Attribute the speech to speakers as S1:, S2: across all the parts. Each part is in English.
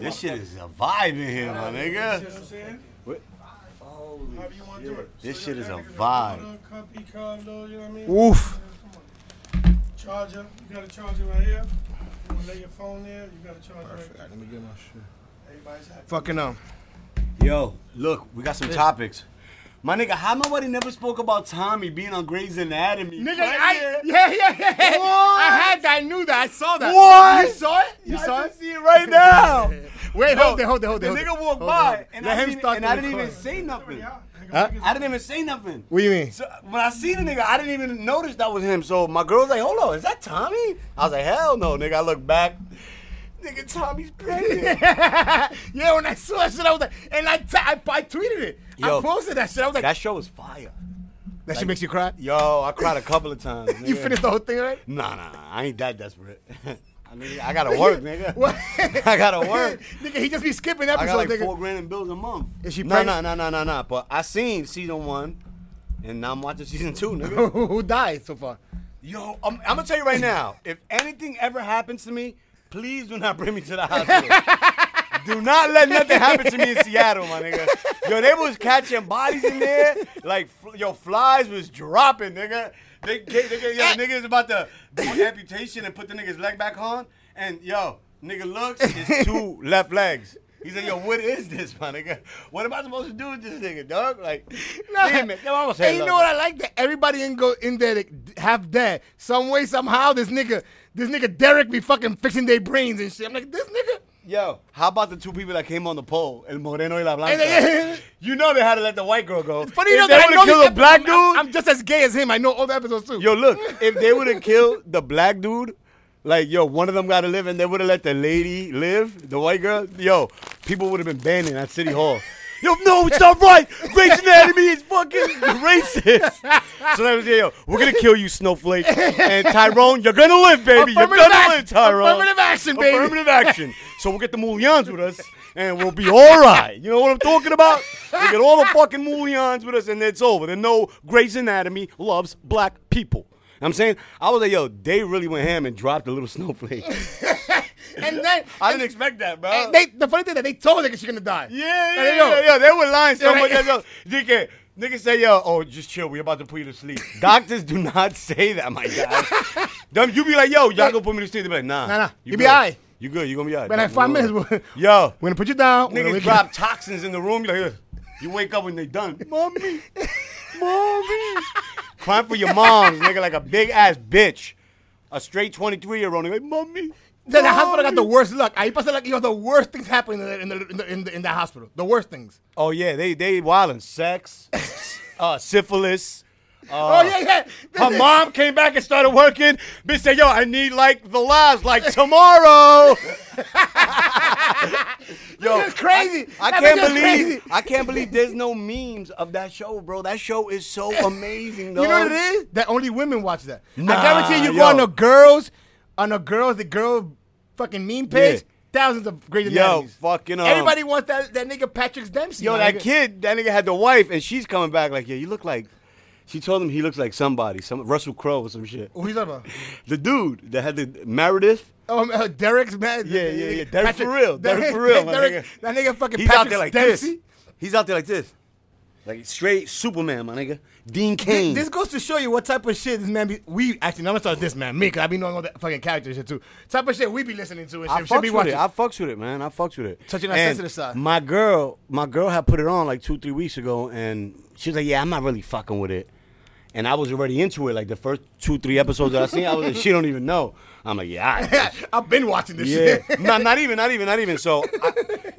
S1: This shit is a vibe in here, my
S2: You know what
S1: nigga.
S2: I'm saying?
S1: What?
S2: However you want to do it.
S1: This
S2: So
S1: shit
S2: y'all
S1: is a
S2: gotta get
S1: vibe.
S2: Corona, Cup, Econdo, you know what I mean?
S3: Woof.
S2: Come on. Charger, you got a charger right here. You wanna lay your phone there, you got a charger right
S3: Perfect.
S2: there.
S3: Let me get my shit.
S2: Everybody's happy.
S3: Fucking um.
S1: Yo, look, we got some topics. My nigga, how nobody never spoke about Tommy being on Grey's Anatomy?
S3: Nigga,
S1: Right
S3: I
S1: here.
S3: yeah yeah yeah. I
S1: What?
S3: had that. I knew that. I saw that.
S1: What?
S3: You saw it? You
S1: I
S3: saw
S1: can
S3: it?
S1: see it right now. Yo,
S3: Wait, hold it, hold it, hold it.
S1: The
S3: hold it.
S1: nigga walked
S3: Hold it, hold
S1: by,
S3: it.
S1: and
S3: Let
S1: I,
S3: him
S1: didn't,
S3: start
S1: and
S3: the
S1: I didn't even
S3: recording.
S1: say nothing.
S2: Yeah,
S3: Huh?
S1: I didn't even say nothing.
S3: What do you mean?
S1: So when I see the nigga, I didn't even notice that was him. So my girl's like, "Hold on, is that Tommy?" I was like, "Hell no, nigga." I look back, nigga, Tommy's pregnant.
S3: yeah, when I saw that shit, I was like, and I t- I, I tweeted it. I
S1: Yo.
S3: posted that shit. I was like, that,
S1: that show was fire.
S3: shit makes you cry.
S1: Yo, I cried a couple of times.
S3: You
S1: nigga.
S3: finished the whole thing, right?
S1: Nah, nah, nah, I ain't that desperate. I mean, I gotta work, nigga.
S3: What?
S1: I gotta work.
S3: nigga, he just be skipping
S1: I got
S3: episodes,
S1: like
S3: nigga.
S1: four grand in bills a month.
S3: Is she
S1: No, no,
S3: pregnant?
S1: no, no, no, no. But I seen season one, and now I'm watching season two, nigga.
S3: Who died so far?
S1: Yo, I'm, I'm gonna tell you right now. If anything ever happens to me, please do not bring me to the hospital. do not let nothing happen to me in Seattle, my nigga. Yo, they was catching bodies in there. Like, fl- yo, flies was dropping, nigga. They, they, they, yo, niggas about to do amputation and put the nigga's leg back on. And yo, nigga looks, it's two left legs. He's like, yo, what is this, my nigga? What am I supposed to do with this nigga, dog? Like, damn it. Yo, I almost had
S3: Hey, you
S1: love.
S3: know what I like? That everybody in go in there that have that some way somehow. This nigga, this nigga Derek be fucking fixing their brains and shit. I'm like, this nigga.
S1: Yo, how about the two people that came on the poll, El Moreno y La
S3: And they-
S1: Blanca? you know they had to let the white girl go.
S3: Funny
S1: If
S3: enough,
S1: they
S3: that I
S1: would've
S3: know
S1: killed
S3: these
S1: the black
S3: episodes- I'm-
S1: dude.
S3: I'm just as gay as him. I know all the episodes too.
S1: yo, look, if they would have killed the black dude, like yo, one of them got to live, and they would have let the lady live, the white girl. Yo, people would have been banning at City Hall. Yo, no, it's not right. Race anatomy is fucking racist. So they was like, yo, we're gonna kill you, snowflake, and Tyrone. You're gonna live, baby. You're
S3: Affirmative
S1: gonna
S3: action.
S1: live, Tyrone.
S3: Affirmative action, baby.
S1: Affirmative action. So we'll get the Mulians with us, and we'll be all right. You know what I'm talking about? We get all the fucking Mulians with us, and it's over. Then no Grey's Anatomy loves black people. I'm saying, I was like, yo, they really went ham and dropped a little snowflake.
S3: and then
S1: I didn't expect that, bro.
S3: and they, the funny thing that they told her that she's gonna die.
S1: yeah,
S3: Like,
S1: yeah,
S3: yo,
S1: yeah, yeah, They were lying so
S3: Yeah,
S1: much.
S3: right.
S1: Like, yo, DK, niggas say, yo, oh, just chill. We about to put you to sleep. Doctors do not say that, my guy. Them, you be like, yo, y'all gonna put me to sleep. They be like, nah.
S3: Nah, nah.
S1: You,
S3: You be
S1: good.
S3: aight.
S1: You good. You gonna be all right.
S3: Man, like five minutes. We're
S1: Yo,
S3: gonna put you down. we're gonna
S1: Niggas
S3: wake
S1: drop toxins in the room. You're like, "Ugh." you wake up when they done. Mommy, mommy, crying for your moms, nigga, like a big ass bitch, a straight 23 year old, nigga, like, mommy.
S3: Then the hospital got the
S1: mommy."
S3: worst luck. Ahí pasa like yo, the worst things happen in the in the in the, in the, in the hospital. The worst things.
S1: Oh yeah, they they wildin' sex, uh, syphilis.
S3: oh yeah, yeah.
S1: Uh, Her mom came back and started working. Bitch said, "Yo, I need like the lives like tomorrow." Yo,
S3: Nigga's crazy.
S1: I, I
S3: That
S1: can't
S3: nigga's
S1: believe
S3: crazy.
S1: I can't believe there's no memes of that show, bro. That show is so amazing, though.
S3: You know what it is? That only women watch that.
S1: Nah,
S3: I guarantee you go
S1: yo.
S3: on the girls, on the girls, the girl fucking meme page.
S1: Yeah.
S3: Thousands of great
S1: Yo,
S3: anatomies.
S1: fucking, um,
S3: everybody wants that that nigga Patrick Dempsey.
S1: Yo,
S3: my
S1: that
S3: nigga.
S1: kid, that nigga had the wife, and she's coming back like, "Yeah, you look like." She told him he looks like somebody, some Russell Crowe or some shit.
S3: Who you talking about?
S1: The dude that had the Meredith.
S3: Oh, um, uh, Derek's man.
S1: Yeah, yeah, yeah. Derek for real. Derek for real, my nigga.
S3: That nigga fucking
S1: He's
S3: Patrick
S1: out there like
S3: Dempsey.
S1: this. He's out there like this, like straight Superman, my nigga. Dean Kane.
S3: Th- This goes to show you what type of shit this man be. We actually, no, I'm gonna start with this man, me, because I be knowing all that fucking character shit too. Type of shit we be listening to and
S1: I
S3: shit. Should
S1: fucks
S3: be
S1: with
S3: watching.
S1: it. I fucks with it, man. I fucks with it.
S3: Touching that
S1: And
S3: sensitive side.
S1: My girl, my girl had put it on like two, three weeks ago, and she was like, "Yeah, I'm not really fucking with it." And I was already into it. Like the first two, three episodes that I seen, I was like, "She don't even know." I'm like, "Yeah, all right."
S3: I've been watching this
S1: yeah."
S3: shit.
S1: no, not even, not even, not even. So I,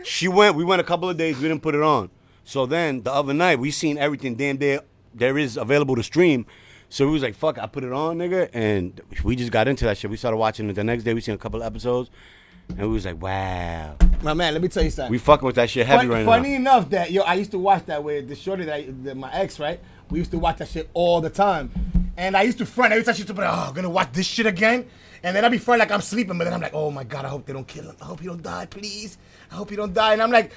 S1: she went. We went a couple of days. We didn't put it on. So then the other night, we seen everything. Damn, there, there is available to stream. So we was like, "Fuck!" I put it on, nigga, and we just got into that shit. We started watching it. The next day, we seen a couple of episodes, and we was like, "Wow."
S3: My man, let me tell you something.
S1: We fucking with that shit heavy
S3: Fun-
S1: right
S3: funny
S1: now.
S3: enough that yo, I used to watch that with the shorty that, I, that my ex, right? We used to watch that shit all the time, and I used to front every time she used to be like, "Oh, I'm gonna watch this shit again," and then I'd be front like I'm sleeping, but then I'm like, "Oh my god, I hope they don't kill him. I hope he don't die, please. I hope he don't die." And I'm like,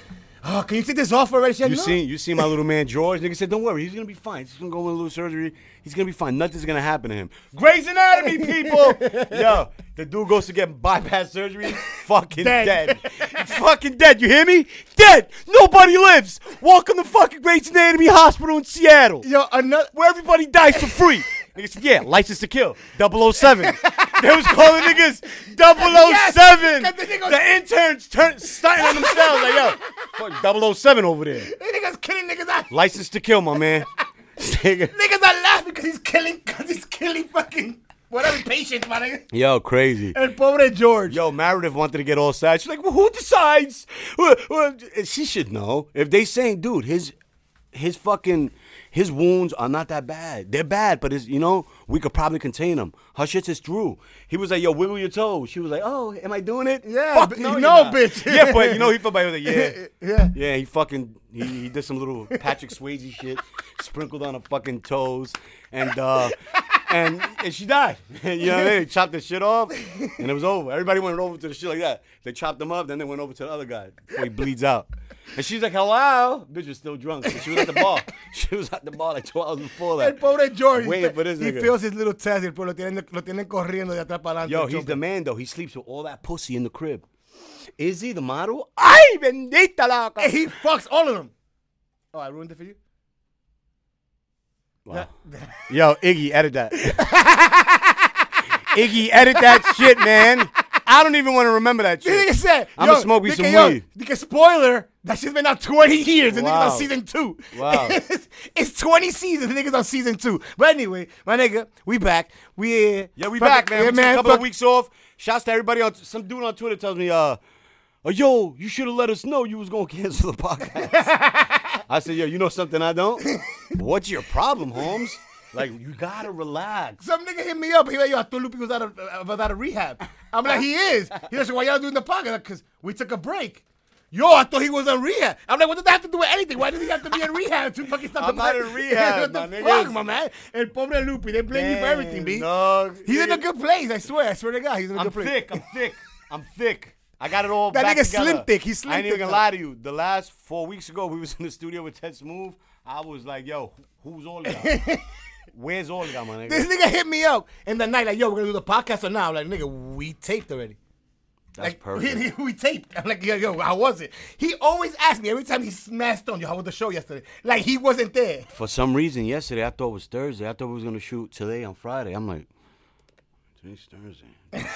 S3: oh, can you take this off already? She said,
S1: You
S3: no.
S1: seen you seen my little man George? Nigga said, "Don't worry, he's gonna be fine. He's just gonna go in a little surgery. He's gonna be fine. Nothing's gonna happen to him." Grey's Anatomy, people. Yo, the dude goes to get bypass surgery. Fucking dead.
S3: Dead.
S1: fucking dead. You hear me? Dead. Nobody lives. Welcome to fucking Grey's Anatomy Hospital in Seattle,
S3: Yo, another.
S1: where everybody dies for free. Nigga said, "Yeah, license to kill." 007. they was calling niggas 007.
S3: Yes, 'cause the nigga-
S1: the interns turned stunting on themselves like, "Yo, fuck 007 over there."
S3: These niggas killing niggas out.
S1: License to kill, my man. Nigga.
S3: Niggas are laughing because he's killing, because he's killing fucking whatever patients, my nigga.
S1: Yo, crazy.
S3: And pobre George.
S1: Yo, Meredith wanted to get all sad. She's like, well, who decides? Well, well, She should know. If they saying, dude, his his fucking his wounds are not that bad. They're bad, but it's, you know, we could probably contain them. Her shit's is through. He was like, yo, wiggle your toe. She was like, oh, am I doing it?
S3: Yeah,
S1: Fuck,
S3: but-
S1: no, you're
S3: no,
S1: not.
S3: bitch.
S1: yeah, but you know, he felt bad. He was like, yeah.
S3: Yeah.
S1: Yeah, he fucking he, he did some little Patrick Swayze shit, sprinkled on her fucking toes, and uh and, and she died. you know what I mean? They chopped the shit off, and it was over. Everybody went over to the shit like that. They chopped him up, then they went over to the other guy before he bleeds out. And she's like, "Hello, bitch was still drunk. so she was at the bar. She was at the bar like two hours before
S3: El
S1: that.
S3: pobre George.
S1: Waiting for this
S3: he
S1: nigga.
S3: feels his little test, pero lo tienen, lo tienen corriendo de atrás para adelante.
S1: Yo,
S3: el
S1: he's
S3: chofer.
S1: the man though. He sleeps with all that pussy in the crib. Is he the model? Ay, bendita la.
S3: And he fucks all of them. Oh, I ruined it for you?
S1: Wow. Yo, Iggy, edit that. Iggy, edit that shit, man. I don't even want to remember that
S3: This nigga
S1: shit.
S3: said,
S1: I'ma
S3: yo,
S1: smoke me
S3: nigga,
S1: some
S3: yo,
S1: weed.
S3: Nigga, spoiler, that shit's been out 20 years. The nigga's
S1: Wow.
S3: on season two.
S1: Wow.
S3: it's, 20 seasons. The nigga's on season two. But anyway, my nigga, we back. We uh,
S1: Yeah, we
S3: fuck-
S1: back, man.
S3: Yeah,
S1: we took a couple
S3: fuck-
S1: of weeks off. Shouts to everybody on some dude on Twitter tells me, uh, oh, yo, you should have let us know you was gonna cancel the podcast. I said, yo, you know something I don't? What's your problem, Holmes? Like, you gotta relax.
S3: Some nigga hit me up. He like, yo, I thought Lupe was out of uh, was out of rehab. I'm like, he is. He like, so why y'all doing the podcast? Because we took a break. Yo, I thought he was on rehab. I'm like, what does that have to do with anything? Why does he have to be in rehab to fucking stop
S1: I'm
S3: the
S1: not
S3: podcast?
S1: in rehab,
S3: what
S1: my
S3: the
S1: niggas.
S3: fuck, my man? El pobre Lupe, they blame me for everything, B.
S1: No,
S3: He's in a good place. I swear. I swear to God, he's in a
S1: I'm
S3: good place.
S1: thick. I'm thick. I'm thick. I got it all
S3: That
S1: back
S3: nigga
S1: together.
S3: slim thick. He's slim
S1: I ain't even
S3: thick
S1: gonna
S3: now.
S1: lie to you. The last four weeks ago, we was in the studio with Ted Smooth. I was like, yo, who's all that? Where's all that, my nigga?
S3: This nigga hit me up in the night, like, yo, we're gonna do the podcast or now. I'm like, nigga, we taped already.
S1: That's
S3: like,
S1: perfect.
S3: We, we taped. I'm like, yo, yo, how was it? He always asked me every time he smashed on, yo, how was the show yesterday? Like, he wasn't there.
S1: For some reason, yesterday I thought it was Thursday. I thought we was gonna shoot today on Friday. I'm like, today's Thursday. What's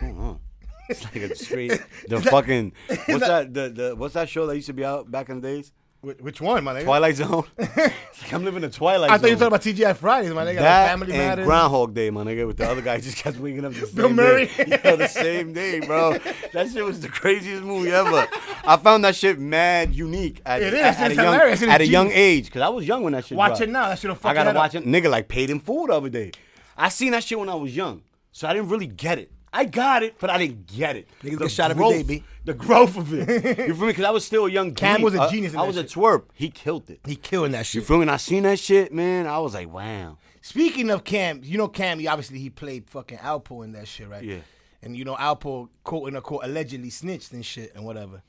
S1: going on? It's like a straight the fucking what's that the, the what's that show that used to be out back in the days?
S3: Wh- Which one, my nigga?
S1: Twilight Zone. It's like I'm living the Twilight
S3: I
S1: Zone.
S3: thought you were talking about TGI Fridays, my nigga. like,
S1: that
S3: Family
S1: and
S3: Matters.
S1: Groundhog Day, my nigga, with the other guy just kept waking up the same
S3: Bill Murray.
S1: day. Yo, the same day, bro. That shit was the craziest movie ever. I found that shit mad unique at,
S3: It is.
S1: at, at
S3: It's
S1: a young,
S3: hilarious. It is
S1: at a young
S3: genius.
S1: age. Cause I was young when that shit
S3: Watch
S1: dropped.
S3: it now. That shit'll fuck
S1: I gotta
S3: your
S1: watch
S3: head
S1: it. Nigga like paid in full the other day. I seen that shit when I was young. So I didn't really get it. I got it, but I didn't get it.
S3: Niggas
S1: The
S3: get shot every
S1: growth-
S3: day, B.
S1: The growth of it. You feel me? Because I was still a young
S3: Cam
S1: geek.
S3: was a
S1: I-
S3: genius in
S1: I
S3: that
S1: was
S3: shit.
S1: a twerp. He killed it.
S3: He killing that shit.
S1: You feel me? And I seen that shit, man. I was like, wow.
S3: Speaking of Cam, you know Cam. he Obviously, he played fucking Alpo in that shit, right?
S1: Yeah.
S3: And you know Alpo, quote unquote, allegedly snitched and shit and whatever.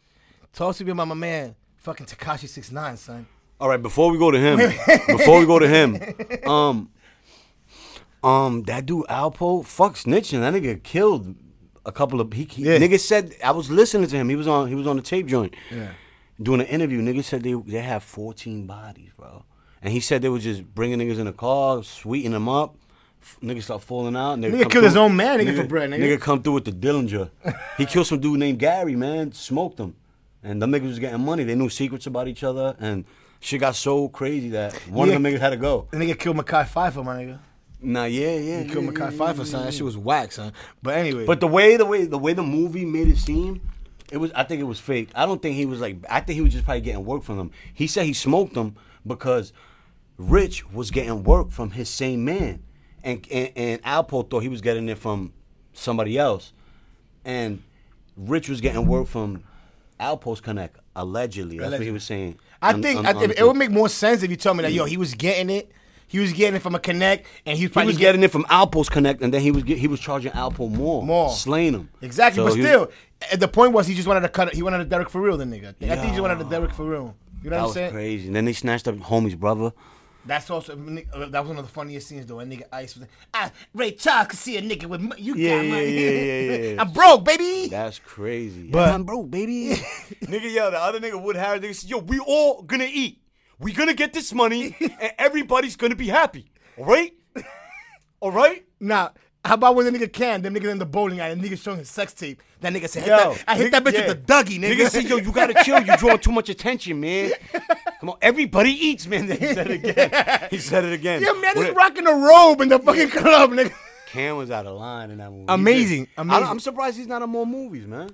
S3: Talk to me about my man, fucking Takashi Six Nine, son.
S1: All right, before we go to him, before we go to him, um, um, that dude Alpo, fuck snitching. That nigga killed a couple of he. he
S3: Yeah.
S1: Nigga said I was listening to him. He was on. He was on the tape joint.
S3: Yeah.
S1: Doing an interview, nigga said they they have fourteen bodies, bro. And he said they was just bringing niggas in the car, sweeting them up. F- Niggas start falling out. Nigga,
S3: Nigga
S1: come
S3: killed his
S1: through-
S3: own man, nigga, for bread, nigga.
S1: come through with the Dillinger. he killed some dude named Gary, man. Smoked him. And them niggas was getting money. They knew secrets about each other. And shit got so crazy that one of them
S3: Yeah.
S1: niggas had to go.
S3: The nigga killed Makai Pfeiffer, my nigga.
S1: Nah, yeah, yeah.
S3: He killed
S1: yeah, yeah,
S3: Makai
S1: yeah,
S3: Pfeiffer,
S1: yeah.
S3: son. That shit was whack, son. But anyway,
S1: But the way the way the way the movie made it seem, it was I think it was fake. I don't think he was like I think he was just probably getting work from them. He said he smoked them because Rich was getting work from his same man. And and, and Alpo thought he was getting it from somebody else. And Rich was getting work from Alpo's Connect, allegedly. That's what he
S3: Allegedly.
S1: was saying.
S3: I
S1: on-
S3: think
S1: on-
S3: I
S1: on
S3: think
S1: the
S3: it would
S1: thing.
S3: make more sense if you told me that yo he was getting it He was getting it from a connect, and he was
S1: He
S3: probably
S1: was getting it from Alpo's Connect, and then he was get, he was charging Alpo more,
S3: More.
S1: slaying him
S3: exactly.
S1: So
S3: but
S1: he was-
S3: still, at the point was he just wanted to cut. it. He wanted a Derek for real. The nigga. I think he
S1: Yeah.
S3: just wanted a Derek for real. You know
S1: that
S3: what I'm
S1: was
S3: saying?
S1: crazy. And then they snatched up homie's brother.
S3: That's also uh, that was one of the funniest scenes though. That nigga Ice was like, ah, Ray Charles could see a nigga with mo- you
S1: Yeah,
S3: got
S1: yeah,
S3: money.
S1: yeah, yeah, yeah, yeah.
S3: I'm broke, baby.
S1: That's crazy.
S3: But-
S1: I'm broke, baby. nigga, yo, the other nigga Wood Harris, nigga, said, yo, we all gonna eat. We gonna get this money, and everybody's gonna be happy. All right, all right.
S3: Now, how about when the nigga can? Them niggas in the bowling alley, the nigga showing his sex tape. That nigga said, hit
S1: Yo,
S3: that- I hit that bitch
S1: yeah.
S3: with the Dougie, nigga.
S1: Nigga said, yo, you gotta chill. You drawing too much attention, man. Come on, everybody eats, man. He said it again. He said it again.
S3: yeah, man,
S1: What
S3: he's
S1: a-
S3: rocking a robe in the fucking club, nigga.
S1: Cam was out of line in that movie.
S3: Amazing,
S1: I don't-
S3: amazing.
S1: I'm surprised he's not in more movies, man.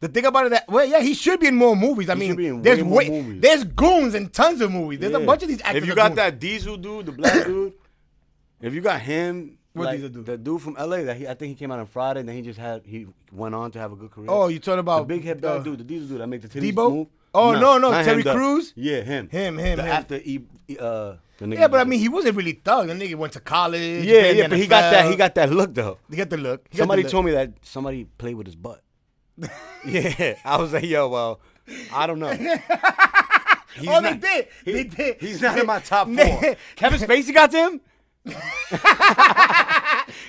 S3: The thing about it that well, yeah, he should be in more movies. I mean,
S1: should be in
S3: there's
S1: way more
S3: way-
S1: movies.
S3: there's goons in tons of movies. There's a
S1: Yeah.
S3: bunch of these actors.
S1: If you
S3: are
S1: got
S3: goons.
S1: that Diesel dude, the black dude, if you got him,
S3: What
S1: like,
S3: Diesel dude?
S1: The dude from LA that he, I think he came out on Friday, and then he just had he went on to have a good career.
S3: Oh, you talking
S1: the
S3: about
S1: big head
S3: uh,
S1: black dude, the Diesel dude that make the titties
S3: Debo?
S1: move.
S3: Oh,
S1: Nah,
S3: no, no,
S1: not him,
S3: Terry
S1: the-
S3: Crews?
S1: Yeah, him.
S3: Him, him,
S1: The
S3: him.
S1: after E, E- uh, the nigga.
S3: Yeah, but I mean, he wasn't really thug. The nigga went to college.
S1: yeah,
S3: played in
S1: yeah,
S3: the
S1: but he got that,
S3: NFL.
S1: he got that look though.
S3: He got the look. He got the
S1: Somebody
S3: look.
S1: told me that somebody played with his butt. yeah, I was like, yo, well, I don't know. He's
S3: Oh, they
S1: not-
S3: did.
S1: he-
S3: they did.
S1: He's not
S3: They-
S1: in my top four.
S3: Nigga,
S1: Kevin Spacey got to him.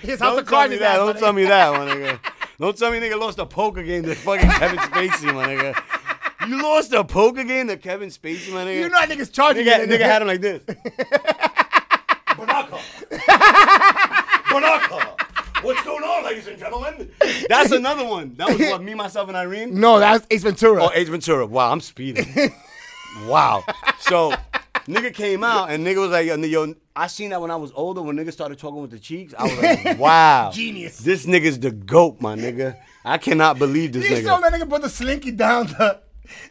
S3: His house
S1: Don't
S3: of
S1: tell me
S3: cards.
S1: that. Don't tell me that, my nigga. Don't tell me nigga lost a poker game to fucking Kevin Spacey, my nigga. You lost a poker game to Kevin Spacey, my nigga.
S3: You know that nigga's charging.
S1: nigga,
S3: you,
S1: nigga had him like this.
S2: Baraka.
S1: Banaka. What's going on, ladies and gentlemen? That's another one. That was what me, myself, and Irene.
S3: No, that's Ace Ventura.
S1: Oh, Ace Ventura. Wow, I'm speeding. wow. So, nigga came out and nigga was like, yo, yo, I seen that when I was older. When niggas started talking with the cheeks, I was like, wow,
S3: Genius.
S1: This nigga's the goat, my nigga. I cannot believe this
S3: you
S1: nigga.
S3: saw that nigga put the slinky down the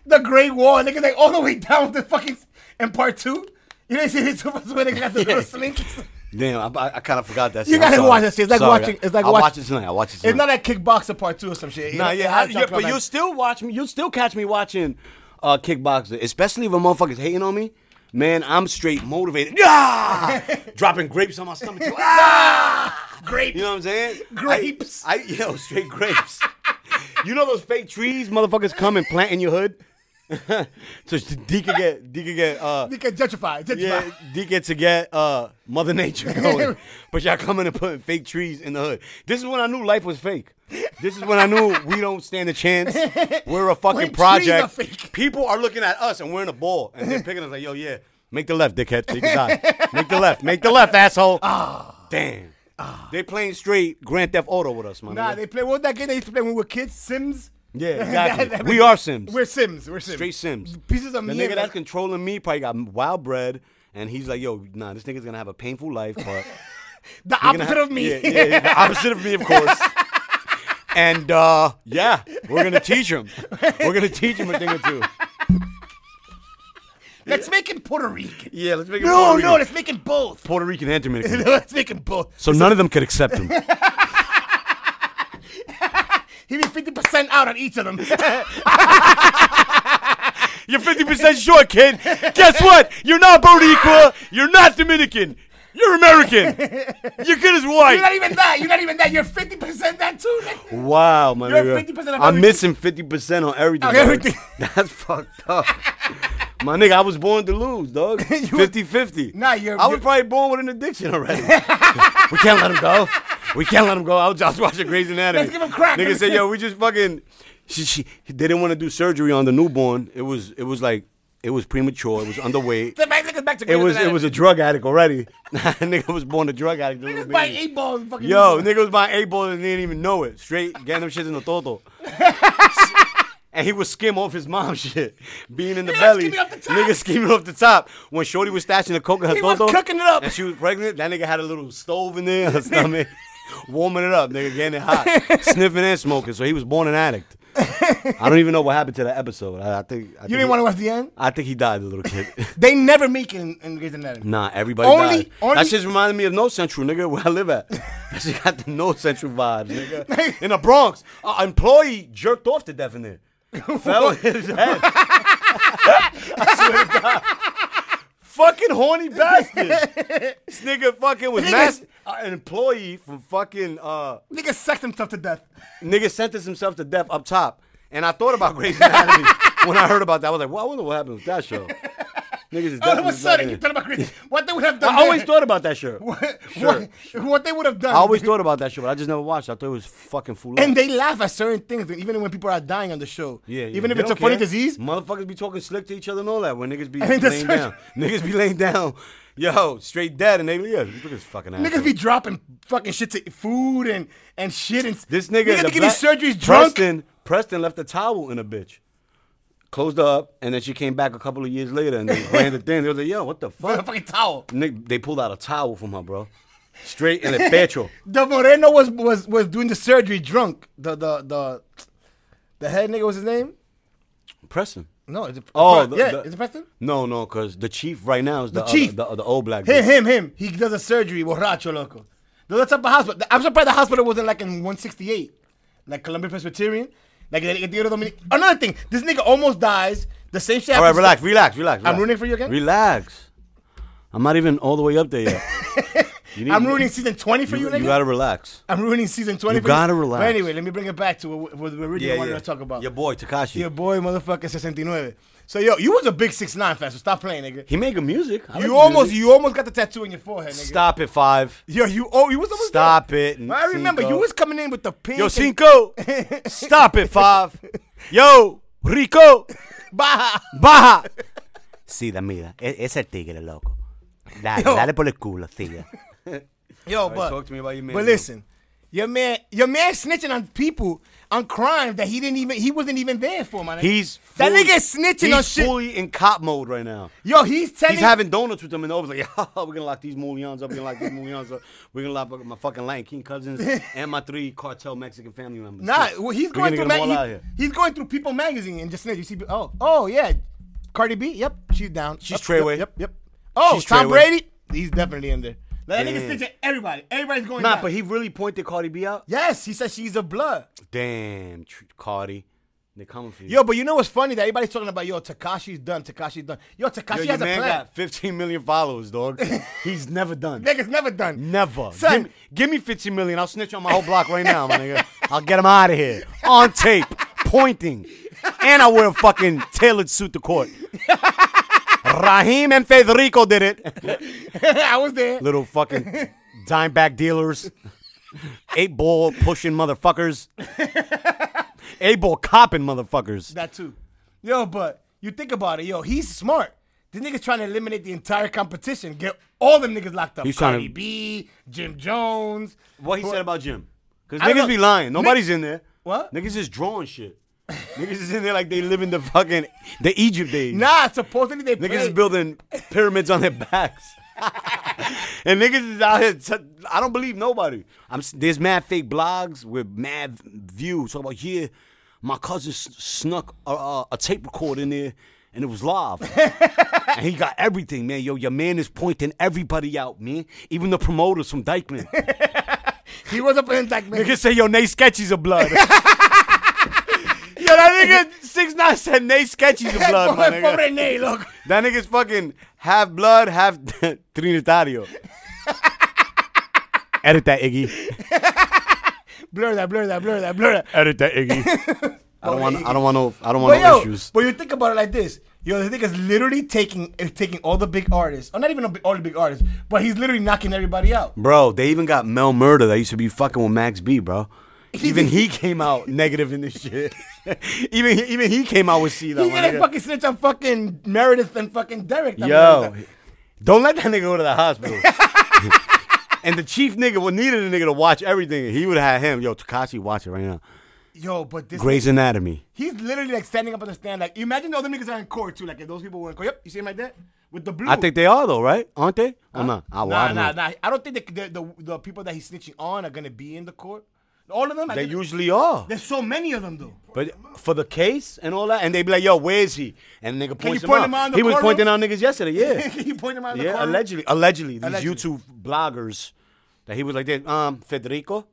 S3: the Great Wall. Nigga, like all the way down with the fucking in part two. You know, you see this when they got the little slinky.
S1: Damn, I, I, kind of forgot that.
S3: You
S1: scene. I'm
S3: gotta
S1: sorry.
S3: watch that shit. It's like
S1: Sorry.
S3: watching- it's like
S1: I'll
S3: watch-
S1: watch it tonight. I'll watch it tonight.
S3: It's not that kickboxer part two or some shit.
S1: Nah,
S3: It- it
S1: yeah,
S3: has
S1: I-
S3: to
S1: yeah,
S3: talk
S1: but
S3: about
S1: you'll
S3: that.
S1: still watch me. You'll still catch me watching uh, kickboxer, especially if a motherfucker's hating on me. Man, I'm straight motivated. Yeah, dropping grapes on my stomach. Too. Ah!
S3: Grape.
S1: You know what I'm saying?
S3: Grapes.
S1: I, I yo, straight grapes. you know those fake trees motherfuckers come and plant in your hood. so D could get D could get uh
S3: They get gentrified. gentrified.
S1: yeah, D get to get uh, Mother Nature going, but y'all coming and putting fake trees in the hood. This is when I knew life was fake. This is when I knew we don't stand a chance. We're a
S3: When
S1: fucking
S3: trees
S1: project.
S3: are fake.
S1: People are looking at us and we're in a ball, and they're picking us like, "Yo, yeah, make the left, dickhead. Take the dive. Make the left. Make the left, asshole."
S3: Ah.
S1: damn. They playing straight Grand Theft Auto with us, man.
S3: Nah, they play. What was that game they used to play when we were kids? Sims.
S1: Yeah,
S3: That-
S1: exactly.
S3: that-
S1: We are Sims.
S3: We're Sims. We're Sims.
S1: straight Sims.
S3: Pieces of
S1: The
S3: me.
S1: nigga that's controlling me probably got wild bread, and he's like, "Yo, nah, this nigga's gonna have a painful life, but."
S3: the
S1: You're gonna
S3: opposite
S1: have-
S3: of me.
S1: Yeah, yeah, yeah, the opposite of me, of course. and uh, yeah, we're gonna teach him. We're gonna teach him a thing or two.
S3: Let's make it Puerto Rican.
S1: Yeah, let's make it.
S3: No, no, let's make it both.
S1: Puerto Rican and Dominican.
S3: let's make it both.
S1: So none of them could accept him.
S3: He be fifty percent out on each of them.
S1: You're fifty percent short, kid. Guess what? You're not Boricua. You're not Dominican. You're American. Your kid is
S3: You're not
S1: white.
S3: even that. You're not even that. You're fifty percent that too. nigga.
S1: Wow, my
S3: You're
S1: nigga.
S3: 50% of
S1: I'm
S3: everything.
S1: missing fifty percent on everything.
S3: On
S1: dog.
S3: everything.
S1: That's fucked up. My nigga, I was born to lose, dog. 50-50.
S3: Nah, you're-
S1: I was
S3: you're-
S1: probably born with an addiction already. we can't let him go. We can't let him go. I was just watching Grey's Anatomy.
S3: Let's give him crack.
S1: Nigga said, "Yo, we just fucking." She, she, they didn't want to do surgery on the newborn. It was, it was like, it was premature. It was underweight.
S3: So back, niggas back to
S1: it was, it was a drug addict already. nigga was born a drug addict. little
S3: Niggas buy
S1: baby.
S3: eight balls. and Fucking
S1: Yo, nigga was buying eight balls and didn't even know it. Straight getting them shits in the toto. and he would skim off his mom shit, being in the
S3: Yeah,
S1: belly.
S3: skimming off the top.
S1: Nigga skimming off the top. When Shorty was stashing the coke in her
S3: He was
S1: toto,
S3: cooking it up.
S1: and she was pregnant. That nigga had a little stove in there, in her stomach, warming it up. Nigga getting it hot, sniffing and smoking. So he was born an addict. I don't even know what happened to that episode. I, I think I
S3: You didn't want to watch the end.
S1: I think he died, the little kid.
S3: They never make it in, in Grey's Anatomy.
S1: Nah, everybody
S3: Only-
S1: died.
S3: only-
S1: that shit's reminding me of No Central, nigga, where I live at. that shit got the No Central vibes, nigga. In the Bronx, an employee jerked off to death in there. Fell on his head. I swear to God. fucking horny bastard. this nigga fucking was
S3: Niggas-
S1: mas- uh, an employee from fucking uh
S3: Nigga sexed himself to death.
S1: nigga sentenced himself to death up top. And I thought about Grey's Anatomy when I heard about that. I was like, well, I wonder what happened with that show. Niggas is
S3: All of
S1: definitely
S3: a sudden,
S1: fucking-
S3: you talking about crazy. What they would have done?
S1: I always
S3: there-
S1: thought about that show.
S3: What,
S1: Sure.
S3: what, what they would have done.
S1: I always thought about that show, but I just never watched. it. I thought it was fucking fool.
S3: And they laugh at certain things, even when people are dying on the show.
S1: Yeah, yeah.
S3: Even if
S1: They
S3: it's a
S1: don't
S3: funny
S1: care. Mm.
S3: disease.
S1: Motherfuckers be talking slick to each other and all that when niggas be
S3: And the
S1: laying
S3: surgeon-
S1: down. Niggas be laying down, yo, straight dead, and they yeah, look at this fucking ass.
S3: Niggas be dropping fucking shit to food and, and shit and
S1: this nigga.
S3: Nigga,
S1: the
S3: they give
S1: black-
S3: these surgeries drunk.
S1: Preston, Preston left a towel in a bitch. Closed her up, and then she came back a couple of years later, and they ran the thing. They was like, "Yo, what the
S3: With a
S1: fuck?"
S3: fucking towel.
S1: Nigga, they pulled out a towel from her, bro. Straight in the petrol.
S3: The Moreno was was was doing the surgery drunk. The the the the head nigga was his name.
S1: Preston.
S3: No, is it,
S1: Oh,
S3: the,
S1: the-
S3: yeah,
S1: the-
S3: is it Preston?
S1: No, no, because the chief right now is the,
S3: The
S1: other-
S3: chief.
S1: the, the old black.
S3: Him,
S1: dude.
S3: him, him. He does a surgery, borracho loco. Those type of hospital. I'm surprised the hospital wasn't like in 168, like Columbia Presbyterian, like the the other Dominic. Another thing, this nigga almost dies. The same shit.
S1: All right,
S3: happens to-
S1: relax, relax, relax.
S3: I'm
S1: relax.
S3: rooting for you again?
S1: Relax. I'm not even all the way up there yet. You need-
S3: I'm ruining season 20 for
S1: You,
S3: you,
S1: you
S3: nigga.
S1: gotta relax.
S3: I'm ruining season 20
S1: You
S3: for
S1: gotta
S3: you.
S1: relax.
S3: But anyway, let me bring it back to what, what we originally wanted to talk about.
S1: Your boy Takashi.
S3: Your boy, motherfucker, 69. So yo, you was a big 69 fan, so stop playing, nigga.
S1: He made good music. I like
S3: You
S1: his
S3: almost,
S1: music.
S3: you almost got the tattoo in your forehead, nigga.
S1: stop it, five.
S3: Yo, you oh, you was almost
S1: Stop
S3: there.
S1: it,
S3: I remember
S1: Cinco.
S3: you was coming in with the pink.
S1: Yo,
S3: and-
S1: Cinco. stop it, five. Yo, Rico.
S3: Baja.
S1: Baja. Sí, da mira. Es, es el tigre, loco. Dale,
S3: Yo. dale
S1: por el culo, tigre.
S3: Yo, but
S1: talk to me about your man,
S3: But
S1: yo.
S3: listen, your man, your man snitching on people on crime that he didn't even, he wasn't even there for, man.
S1: He's
S3: that
S1: fully-
S3: nigga is snitching on
S1: He's
S3: shit.
S1: fully in cop mode right now.
S3: Yo, he's telling.
S1: He's having donuts with them, and over like, yeah, we're gonna lock these Moulians up. We're gonna lock these Moulians up. We're gonna lock my fucking Lion King cousins and my three cartel Mexican family members.
S3: Nah,
S1: Shit.
S3: well, he's
S1: We're
S3: going
S1: gonna
S3: through
S1: get them all out
S3: mag-
S1: here.
S3: he, he's going through People magazine and just snitch. You see, oh, oh yeah, Cardi B. Yep, she's down.
S1: She's
S3: yep, yep,
S1: Treyway.
S3: Yep, yep. Oh,
S1: She's
S3: Tom
S1: Treyway.
S3: Brady. He's definitely in there. That nigga
S1: Damn.
S3: snitching everybody. Everybody's going.
S1: Nah,
S3: down.
S1: but he really pointed Cardi B out.
S3: Yes, he said she's a blood.
S1: Damn, tr- Cardi, they coming for you.
S3: Yo, but you know what's funny? That everybody's talking about, yo, Takashi's done, Takashi's done. Yo,
S1: Yo,
S3: Takashi
S1: your
S3: has a
S1: man
S3: plan.
S1: got 15 million followers, dog. he's never done.
S3: Nigga's never done.
S1: Never. Give,
S3: Son.
S1: me- give me 15 million. I'll snitch on my whole block right now, my nigga. I'll get him out of here. On tape. Pointing. And I wear a fucking tailored suit to court. Raheem and Federico did it.
S3: I was there.
S1: Little fucking dime bag dealers. Eight ball pushing motherfuckers. Eight ball copping motherfuckers.
S3: That too. Yo, but you think about it, yo, he's smart. This nigga's trying to eliminate the entire competition, get all them niggas locked up.
S1: He's trying to-
S3: Cardi B, Jim Jones.
S1: What he said about Jim. Because
S3: I don't
S1: niggas
S3: know.
S1: be lying. Nobody's in there.
S3: What?
S1: Niggas is drawing shit. niggas is in there like they live in the fucking the Egypt days.
S3: Nah, supposedly they
S1: Niggas
S3: played.
S1: is building pyramids on their backs. and niggas is out here. T- I don't believe nobody. I'm s- there's mad fake blogs with mad views. Talk about yeah, my cousin s- snuck a, a, a tape recorder in there, and it was live. and he got everything, man. Yo, your man is pointing everybody out, man. Even the promoters from Dykeman.
S3: He was up in like
S1: niggas say yo, Nate Sketchy's a blood. Yo, that nigga six nine said Nate Sketchy's a blood, my nigga.
S3: Pobre Ney, look.
S1: That nigga's fucking half blood, half Trinitario. Edit that, Iggy.
S3: Blur that, blur that, blur that, blur that.
S1: Edit that, Iggy. I don't want. I don't want no. I don't want
S3: But
S1: no
S3: yo,
S1: issues.
S3: but you think about it like this. Yo, the nigga's literally taking is taking all the big artists, or not even all the big artists, but he's literally knocking everybody out.
S1: Bro, they even got Mel Murder that used to be fucking with Max B, bro. Even he came out negative in this shit. even he, even he came out with C.
S3: He
S1: That
S3: gonna fucking snitch on fucking Meredith and fucking Derek. that
S1: Yo,
S3: motherfucker.
S1: don't let that nigga go to the hospital. and the chief nigga would needed a nigga to watch everything. He would have had him. Yo, Takashi, watch it right now.
S3: yo, but this
S1: Grey's Anatomy.
S3: he's literally like standing up on the stand. Like, imagine all the niggas are in court too. Like, if those people were in court, yep, you see him like that with the blue.
S1: I think they are though, right? Aren't they? Or not? I, well, I
S3: Nah,
S1: don't
S3: nah,
S1: know.
S3: nah. I don't think the, the the the people that he's snitching on are gonna be in the court. All of them. I
S1: They
S3: think-
S1: usually are.
S3: there's so many of them though.
S1: But for the case and all that, and they be like, "Yo, where's he?" And nigga
S3: Can you
S1: points him
S3: point
S1: out.
S3: him out in the
S1: he was
S3: courtroom?
S1: pointing out niggas yesterday. Yeah,
S3: Can you point him out in the
S1: yeah.
S3: court?
S1: Allegedly, allegedly, these
S3: Allegedly.
S1: YouTube bloggers that he was like, that, "Um, Federico,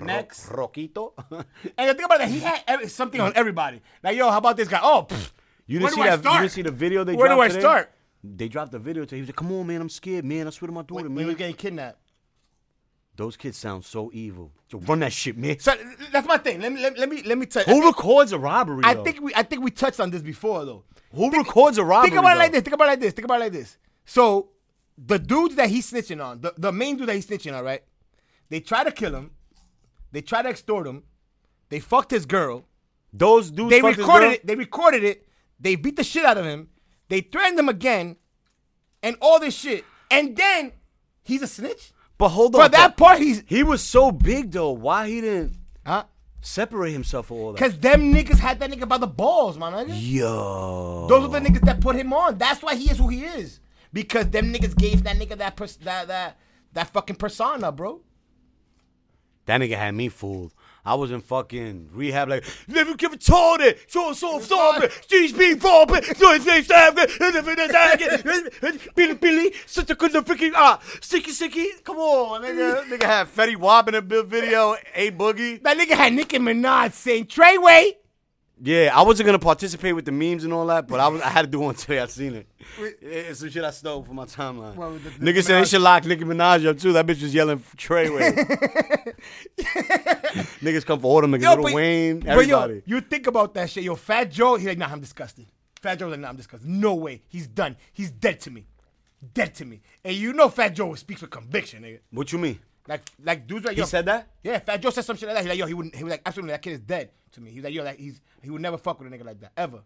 S1: Ro-
S3: Next.
S1: Roquito."
S3: And the thing about that, he had every, something on everybody. Like, yo, how about this guy? Oh, pfft.
S1: you didn't
S3: Where do
S1: see
S3: I
S1: that? You
S3: start?
S1: didn't see the video they
S3: where do
S1: dropped
S3: I
S1: today?
S3: start?
S1: They dropped the video to. He was like, "Come on, man, I'm scared, man. I swear to my daughter,
S3: When
S1: man."
S3: he was getting kidnapped.
S1: Those kids sound so evil. Yo, run that shit, man.
S3: So that's my thing. Let me let, let me let me tell
S1: Who records a robbery?
S3: I
S1: though?
S3: think we I think we touched on this before though.
S1: Who records a robbery?
S3: Think about it like
S1: though?
S3: this. Think about it like this. Think about it like this. So the dudes that he's snitching on, the, the main dude that he's snitching on, right? They try to kill him. They try to extort him. They fucked his girl.
S1: Those dudes.
S3: They
S1: fucked his
S3: recorded
S1: girl?
S3: it. They recorded it. They beat the shit out of him. They threatened him again, and all this shit. And then he's a snitch.
S1: But hold on.
S3: For that
S1: though.
S3: part, he's
S1: he was so big though. Why he didn't
S3: huh?
S1: separate himself from all that?
S3: Cause them niggas had that nigga by the balls, my nigga.
S1: Yo.
S3: Those are the niggas that put him on. That's why he is who he is. Because them niggas gave that nigga that pers- that that that fucking persona, bro.
S1: That nigga had me fooled. I was in fucking rehab, like, if you get retarded, show us so sorry, she's being robbed, so it's a savage, and if it's a Billy Billy, such a good freaking, ah, sicky sicky, come on, nigga. nigga had Fetty Wap in a big video, A Boogie.
S3: That nigga had Nicki Minaj saying Treyway.
S1: Yeah, I wasn't gonna participate with the memes and all that, but I was I had to do one today. I seen it. It's some shit I stole from my timeline.
S3: What, with the-
S1: Nigga said they should lock Nicki Minaj up too. That bitch was yelling for Treyway. Niggas come for all them niggas. Little Wayne, everybody.
S3: yo, you think about that shit. Yo, Fat Joe, he's like, nah, I'm disgusted. Fat Joe's like, nah, I'm disgusted. No way. He's done. He's dead to me. Dead to me. And you know Fat Joe speaks with conviction, nigga.
S1: what you mean?
S3: Like, like dudes like
S1: He
S3: yo.
S1: said that?
S3: Yeah, Fat Joe said some shit like that. He's like, yo, he would, he was like, absolutely, that kid is dead to me. He was like, yo, like he's, he would never fuck with a nigga like that ever.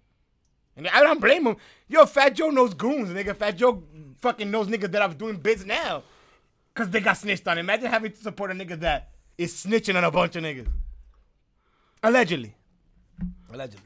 S3: And I don't blame him. Yo, Fat Joe knows goons, nigga. Fat Joe fucking knows niggas that are doing bids now, cause they got snitched on. Imagine having to support a nigga that is snitching on a bunch of niggas, allegedly. Allegedly.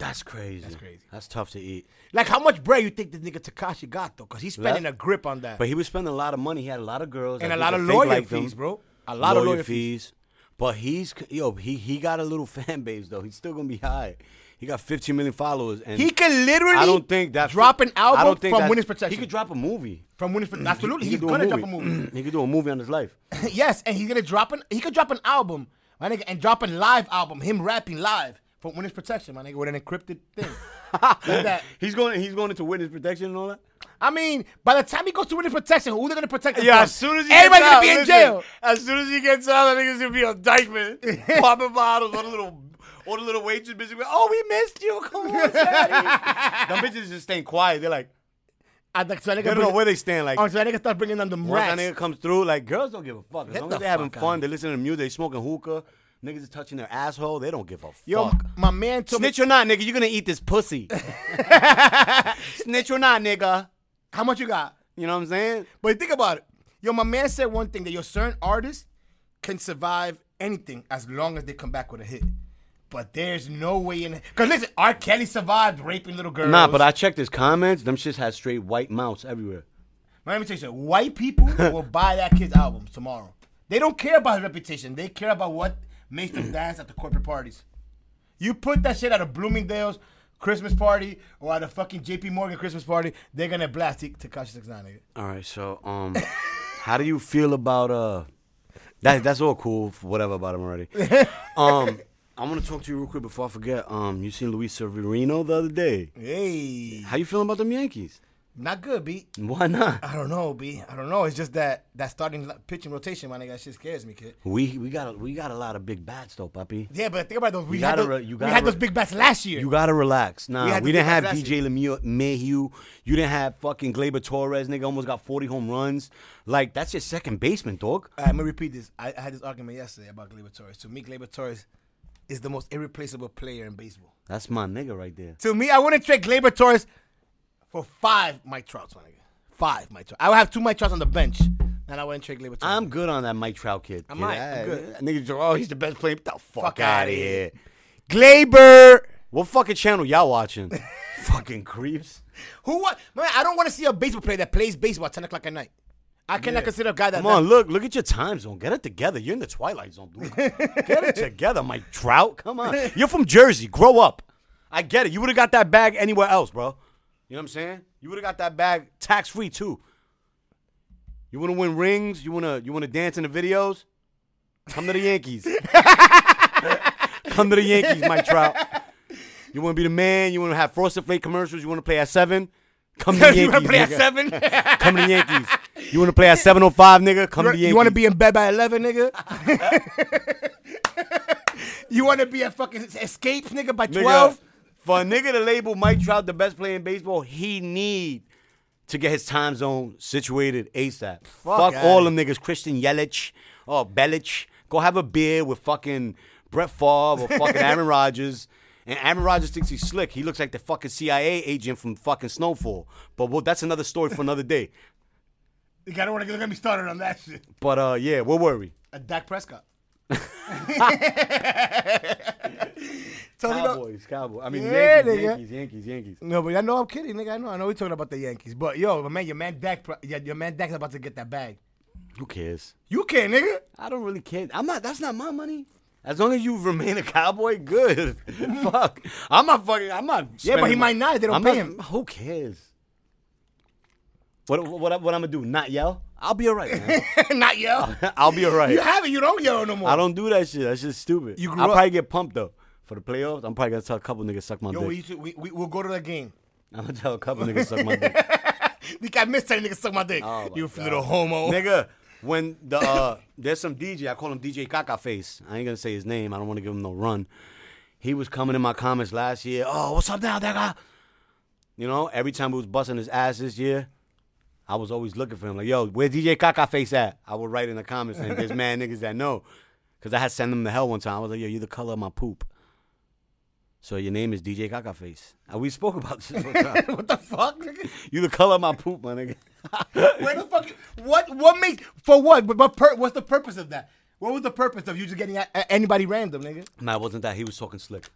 S1: That's crazy. That's
S3: crazy.
S1: That's tough to eat.
S3: Like, how much bread you think this nigga Takashi got though? Cause he's spending
S1: Left?
S3: a grip on that,
S1: But he was spending a lot of money. He had a lot of girls
S3: and
S1: I
S3: a
S1: think
S3: lot
S1: they
S3: of
S1: think
S3: lawyer
S1: like them.
S3: fees, bro. A lot of lawyer fees.
S1: But he's c- yo, he he got a little fan base though. He's still gonna be high. He got 15 million followers, and
S3: He can literally
S1: I don't think that's
S3: drop an album
S1: I don't think
S3: from
S1: that's-
S3: Winner's Protection.
S1: He could drop a movie.
S3: from Winner's Pro- Absolutely,
S1: He
S3: he's
S1: could do
S3: gonna drop a movie.
S1: he could do a movie on his life.
S3: yes, and he's gonna drop an he could drop an album, my nigga, and drop a live album, him rapping live from Winner's Protection, my nigga, with an encrypted thing. like that.
S1: He's going. He's going into witness protection and all that.
S3: I mean, by the time he goes to Winner's Protection, who they gonna protect him
S1: Yeah,
S3: from?
S1: as soon as he
S3: everybody's
S1: gets
S3: gonna
S1: out,
S3: be in
S1: listen,
S3: jail.
S1: As soon as he gets out, that nigga's gonna be on Dykeman, popping bottles, all the little, all the little waitress bitches. Be like, oh, we missed you. Come on, Them bitches just staying quiet. They're like,
S3: I think so that nigga
S1: they don't know
S3: bring-
S1: where they stand. Like,
S3: Oh,
S1: once
S3: so that nigga start bringing them the
S1: that
S3: rats.
S1: nigga comes through, like girls don't give a fuck. As
S3: Get
S1: long
S3: the
S1: as they're having
S3: fuck
S1: fun,
S3: out.
S1: they listening to music, they smoking hookah. Niggas is touching their asshole. They don't give a
S3: Yo,
S1: fuck.
S3: my man told me
S1: Snitch or not, nigga, you're gonna eat this pussy. Snitch or not, nigga.
S3: how much you got.
S1: You know what I'm saying?
S3: But think about it. Yo, my man said one thing that your certain artists can survive anything as long as they come back with a hit. But there's no way in Cause listen, R. Kelly survived raping little girls.
S1: Nah, but I checked his comments. Them shits had straight white mouths everywhere.
S3: Man, let me tell you something. White people will buy that kid's albums tomorrow. They don't care about his reputation. They care about what makes them dance at the corporate parties. You put that shit at a Bloomingdale's Christmas party or at a fucking JP Morgan Christmas party, they're gonna blast T- Tekashi 69 nigga.
S1: All right, so um, how do you feel about uh? That that's all cool, f- whatever about him already. Um, I want to talk to you real quick before I forget. Um, you seen Luis Severino the other day?
S3: Hey.
S1: How you feeling about them Yankees?
S3: Not good, B.
S1: Why not?
S3: I don't know, B. I don't know. It's just that that starting li- pitching rotation, my nigga, that shit scares me, kid.
S1: We we got a, we got a lot of big bats though, puppy.
S3: Yeah, but think about those. We, had,
S1: gotta
S3: those,
S1: re- you
S3: we
S1: gotta
S3: had
S1: re-
S3: those big bats last year.
S1: You gotta relax. Nah,
S3: We
S1: we,
S3: had to
S1: didn't
S3: get
S1: have
S3: back last
S1: DJ Lemieux, Mayhew. You didn't have fucking Gleyber Torres. Nigga almost got forty home runs. Like that's your second baseman, dog.
S3: All right, I'm gonna repeat this. I, I had this argument yesterday about Gleyber Torres. To me, Gleyber Torres is the most irreplaceable player in baseball.
S1: That's my nigga right there.
S3: To me, I wouldn't trade Gleyber Torres for five Mike Trouts, my nigga. Five Mike Trouts. I would have two Mike Trouts on the bench, and I wouldn't trade Gleyber Torres.
S1: I'm good on that Mike Trout kid.
S3: I'm right. I'm good.
S1: That nigga, oh, he's the best player. Get the fuck,
S3: Fuck
S1: out
S3: outta
S1: of
S3: here.
S1: here. Glaber. What fucking channel y'all watching? fucking creeps.
S3: Who what? Man, I don't want to see a baseball player that plays baseball at 10 o'clock at night. I cannot consider a guy that.
S1: Come on, look, look at your time zone. Get it together. You're in the twilight zone, dude. Get it together, Mike Trout. Come on. You're from Jersey. Grow up. I get it. You would have got that bag anywhere else, bro. You know what I'm saying? You would have got that bag tax free too. You wanna win rings? You wanna you wanna dance in the videos? Come to the Yankees. Come to the Yankees, Mike Trout. You wanna be the man, you wanna have frosted flake commercials, you wanna play at seven? Come to the
S3: you
S1: Yankees.
S3: want to play at
S1: nigga.
S3: seven?
S1: Come to the Yankees. You want to play at 7:05, nigga? Come to the Yankees.
S3: you want to be in bed by eleven, nigga? you want to be at fucking escape, nigga, by
S1: Nigga,
S3: twelve?
S1: For a nigga to label Mike Trout the best player in baseball, he need to get his time zone situated ASAP. Fuck,
S3: outta
S1: all them niggas. Christian Yelich or Belich. Go have a beer with fucking Brett Favre or fucking Aaron Rodgers. And Aaron Rodgers thinks he's slick. He looks like the fucking CIA agent from fucking Snowfall. But well, that's another story for another day.
S3: You gotta want to get me started on that shit.
S1: But uh, yeah, we'll worry.
S3: A Dak Prescott. Tell me about-
S1: Cowboys, Cowboys. I mean,
S3: Yeah,
S1: Yankees,
S3: nigga.
S1: Yankees, Yankees, Yankees.
S3: No, but I know I'm kidding, nigga. I know, I know we're talking about the Yankees, but yo, my man, your man Dak, pro- your, your man Dak's about to get that bag.
S1: Who cares?
S3: You can, nigga.
S1: I don't really care. I'm not. That's not my money. As long as you remain a cowboy, good. Fuck. I'm not fucking. I'm not.
S3: Yeah, but he
S1: spending
S3: might not. They don't
S1: I'm
S3: pay
S1: not-
S3: him.
S1: Who cares? What what what I'm gonna do? Not yell? I'll be alright. man.
S3: Not yo.
S1: I'll be alright.
S3: You have it. You don't yell no more.
S1: I don't do that shit. That's just stupid.
S3: You grew
S1: I'll
S3: up-
S1: probably get pumped though for the playoffs. I'm probably gonna tell a couple niggas suck my
S3: Yo, we
S1: dick.
S3: used to, we, we, we'll go to that game.
S1: I'm gonna tell a couple niggas suck my dick.
S3: Nick, I missed that nigga suck my dick.
S1: Oh, my
S3: you
S1: God.
S3: little homo.
S1: Nigga, when the uh, there's some DJ, I call him DJ Caca Face. I ain't gonna say his name. I don't want to give him no run. He was coming in my comments last year. Oh, what's up now, nigga? You know, every time we was busting his ass this year, I was always looking for him. Like, yo, where DJ Caca Face at? I would write in the comments and there's mad niggas that know, cause I had sent him to hell one time. I was like, yo, you the color of my poop. So your name is DJ Caca Face. And we spoke about this one time.
S3: what the fuck, nigga?
S1: you the color of my poop, my nigga.
S3: Where the fuck? What? What makes for what? What, what per, what's the purpose of that? What was the purpose of you just getting at, at anybody random, nigga?
S1: Nah, it wasn't that. He was talking slick.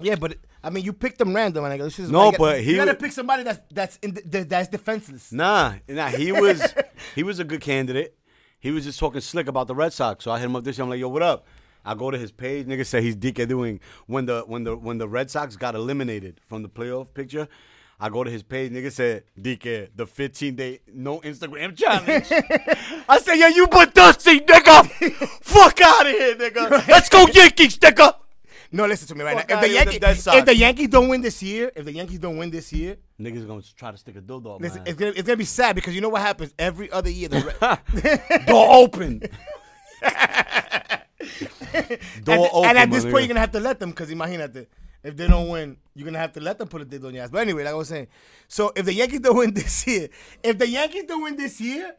S3: Yeah, but I mean, you picked them random, and I go, this is
S1: No,
S3: you gotta-
S1: but he
S3: you gotta
S1: w-
S3: pick somebody that's that's in the, that- that's defenseless.
S1: Nah, nah, he was he was a good candidate. He was just talking slick about the Red Sox. So I hit him up this year. I'm like, yo, what up? I go to his page, nigga said he's DK doing when the when the when the Red Sox got eliminated from the playoff picture. I go to his page, nigga said, DK, the 15 day no Instagram challenge. I said, yeah, you but dusty, nigga. Fuck out of here, nigga. Let's go Yankees, nigga.
S3: No, listen to me right
S1: Fuck
S3: now. If
S1: outta
S3: the,
S1: here with
S3: Yankee,
S1: them Red Sox.
S3: if the Yankees don't win this year, if the Yankees don't win this year,
S1: Niggas gonna try to stick a dildo up my
S3: listen,
S1: ass.
S3: it's gonna it's gonna be sad because you know what happens every other year. The Red-
S1: Door open. Door
S3: and,
S1: open.
S3: and at
S1: my
S3: this point,
S1: nigga.
S3: you're gonna have to let them because imagínate, if they don't win, you're gonna have to let them put a dick on your ass. But anyway, like I was saying, so if the Yankees don't win this year, if the Yankees don't win this year,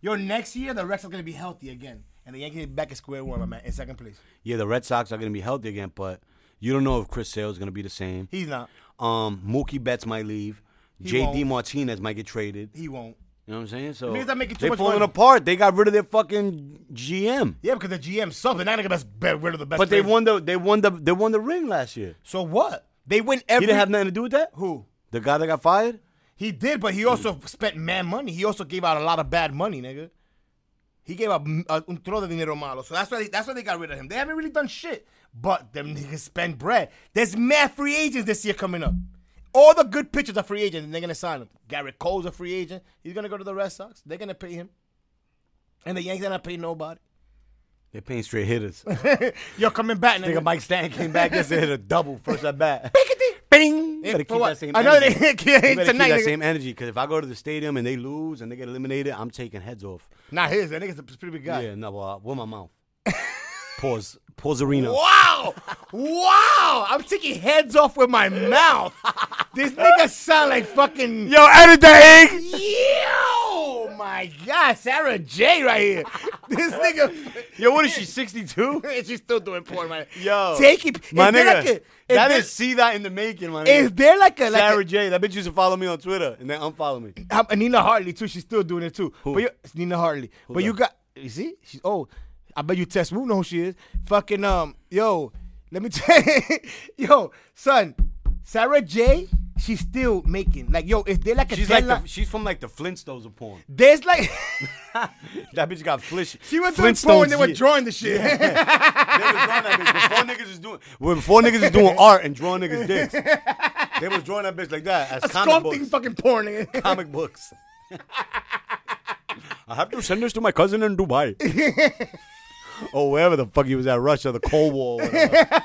S3: your next year the Reds are gonna be healthy again, and the Yankees back at square one, my man, in second place.
S1: Yeah, the Red Sox are going to be healthy again, but you don't know if Chris Sale is going to be the same.
S3: He's not.
S1: Um, Mookie Betts might leave. JD
S3: won't.
S1: Martinez might get traded.
S3: He won't.
S1: You know what I'm saying? So
S3: means they're making too
S1: they
S3: much
S1: falling
S3: money.
S1: apart. They got rid of their fucking GM.
S3: Yeah, because the GM sucks. They're not gonna get best, get rid of the best.
S1: But they
S3: players.
S1: won the they won the they won the ring last year.
S3: So what? They win every.
S1: He didn't have nothing to do with that?
S3: who?
S1: The guy that got fired?
S3: He did, but he also spent mad money. He also gave out a lot of bad money, nigga. He gave out mm, a, un tro de dinero malo. So that's why they, that's why they got rid of him. They haven't really done shit. But them niggas spend bread. There's mad free agents this year coming up. All the good pitchers are free agents, and they're gonna sign them. Garrett Cole's a free agent. He's gonna go to the Red Sox. They're gonna pay him. And the Yankees are not paying nobody.
S1: They're paying straight hitters.
S3: You're coming back, nigga.
S1: Nigga Mike Stanton came back yesterday and hit a double first at bat. Bing! You
S3: Yeah,
S1: better
S3: for
S1: keep
S3: what?
S1: that same
S3: I know
S1: energy.
S3: they
S1: You
S3: can't
S1: better keep
S3: tonight,
S1: that
S3: nigga.
S1: same energy because if I go to the stadium and they lose and they get eliminated, I'm taking heads off.
S3: Not his. That nigga's a pretty big guy.
S1: Yeah, no, well, with my mouth. Pause. Pause arena.
S3: Wow! Wow! I'm taking heads off with my mouth. This nigga sound like fucking yo.
S1: edit that egg.
S3: my God, Sarah J right here. This nigga,
S1: Yo, what is she, 62?
S3: she's still doing porn, man.
S1: Yo.
S3: take it,
S1: My
S3: is there
S1: nigga.
S3: like a- is
S1: that
S3: there-
S1: is see that in the making, my nigga.
S3: Is there like a like
S1: Sarah
S3: a,
S1: J. That bitch used to follow me on Twitter and then unfollow me.
S3: um, and Nina Hartley too? She's still doing it too. But you, it's Nina Hartley. but you got you see, she's old. I bet you Tess Wu know who she is. Fucking um, yo, let me tell yo, son, Sarah J. She's still making like yo. Is there like a
S1: She's like
S3: deadline-
S1: the, she's from like the Flintstones of porn.
S3: there's like
S1: That bitch got flish.
S3: she was doing porn. They were
S1: yeah.
S3: drawing the shit.
S1: They was drawing that bitch before niggas was doing when before niggas was doing art and drawing niggas dicks. They was drawing that bitch like that as comic
S3: Sculpting
S1: books.
S3: fucking porn. nigga.
S1: Comic books. I have to send this to my cousin in Dubai. or wherever the fuck he was at, Russia, the Cold War. or whatever.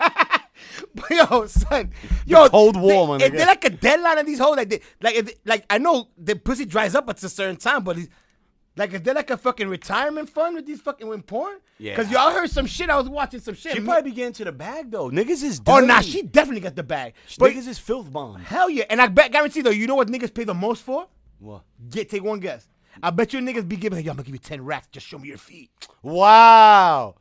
S3: But yo, son, yo,
S1: Cold War, my
S3: they, if
S1: nigga.
S3: They're like a deadline on these hoes. Like, they, like, if, like I know the pussy dries up at a certain time, but it's, like, is there like a fucking retirement fund with these fucking with porn?
S1: Yeah.
S3: Cause y'all heard some shit. I was watching some shit.
S1: She probably be getting to the bag though. Niggas is
S3: oh
S1: dirty.
S3: nah, she definitely got the bag. But
S1: niggas is filth bomb.
S3: hell yeah, and I bet guarantee though, you know what niggas pay the most for?
S1: What?
S3: Get take one guess. I bet you niggas be giving. Yo, I'm gonna give you ten racks. Just show me your feet.
S1: Wow.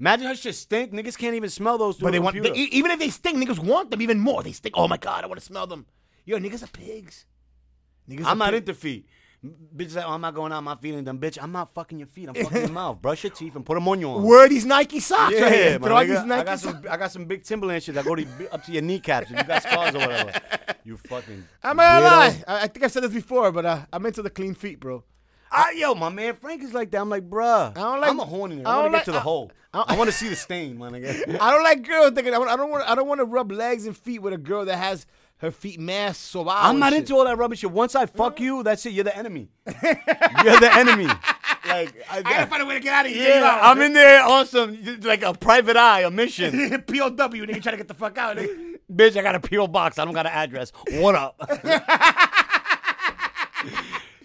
S1: Imagine her shit stink. Niggas can't even smell those.
S3: But they want they, e- even if they stink, niggas want them even more. They stink. Oh my god, I want to smell them. Yo, niggas are pigs. Niggas
S1: I'm
S3: are
S1: not
S3: pig-
S1: into feet. Bitch, like, oh, I'm not going out my feet and them. Bitch, I'm not fucking your feet. I'm fucking your mouth. Brush your teeth and put them on your arm.
S3: Wear these Nike socks.
S1: Yeah,
S3: right here.
S1: my
S3: Throw out
S1: nigga.
S3: these
S1: I
S3: Nike
S1: got
S3: socks.
S1: some. I got some big Timberland shit that go to, up to your kneecaps. If you got scars or whatever. You fucking.
S3: I'm not gonna
S1: weirdo.
S3: lie. I, I think I've said this before, but uh, I'm into the clean feet, bro.
S1: I, yo, my man Frank is like that. I'm like, bruh. I
S3: don't like-
S1: I'm a horn in it.
S3: I
S1: I, want
S3: don't
S1: to get
S3: like-
S1: to the
S3: I-
S1: hole. I, want to see the stain, my nigga.
S3: I don't like girls thinking. I don't- I don't want. I don't want to rub legs and feet with a girl that has her feet mass. So
S1: I'm not into all that rubbish shit. Once I fuck you, that's it. You're the enemy. You're the enemy. Like I,
S3: find a way to get out of
S1: yeah, I'm in there on some like a private eye, a mission.
S3: POW. Nigga, trying to get the fuck out. Nigga.
S1: Bitch, I got a PO box. I don't got an address. What up?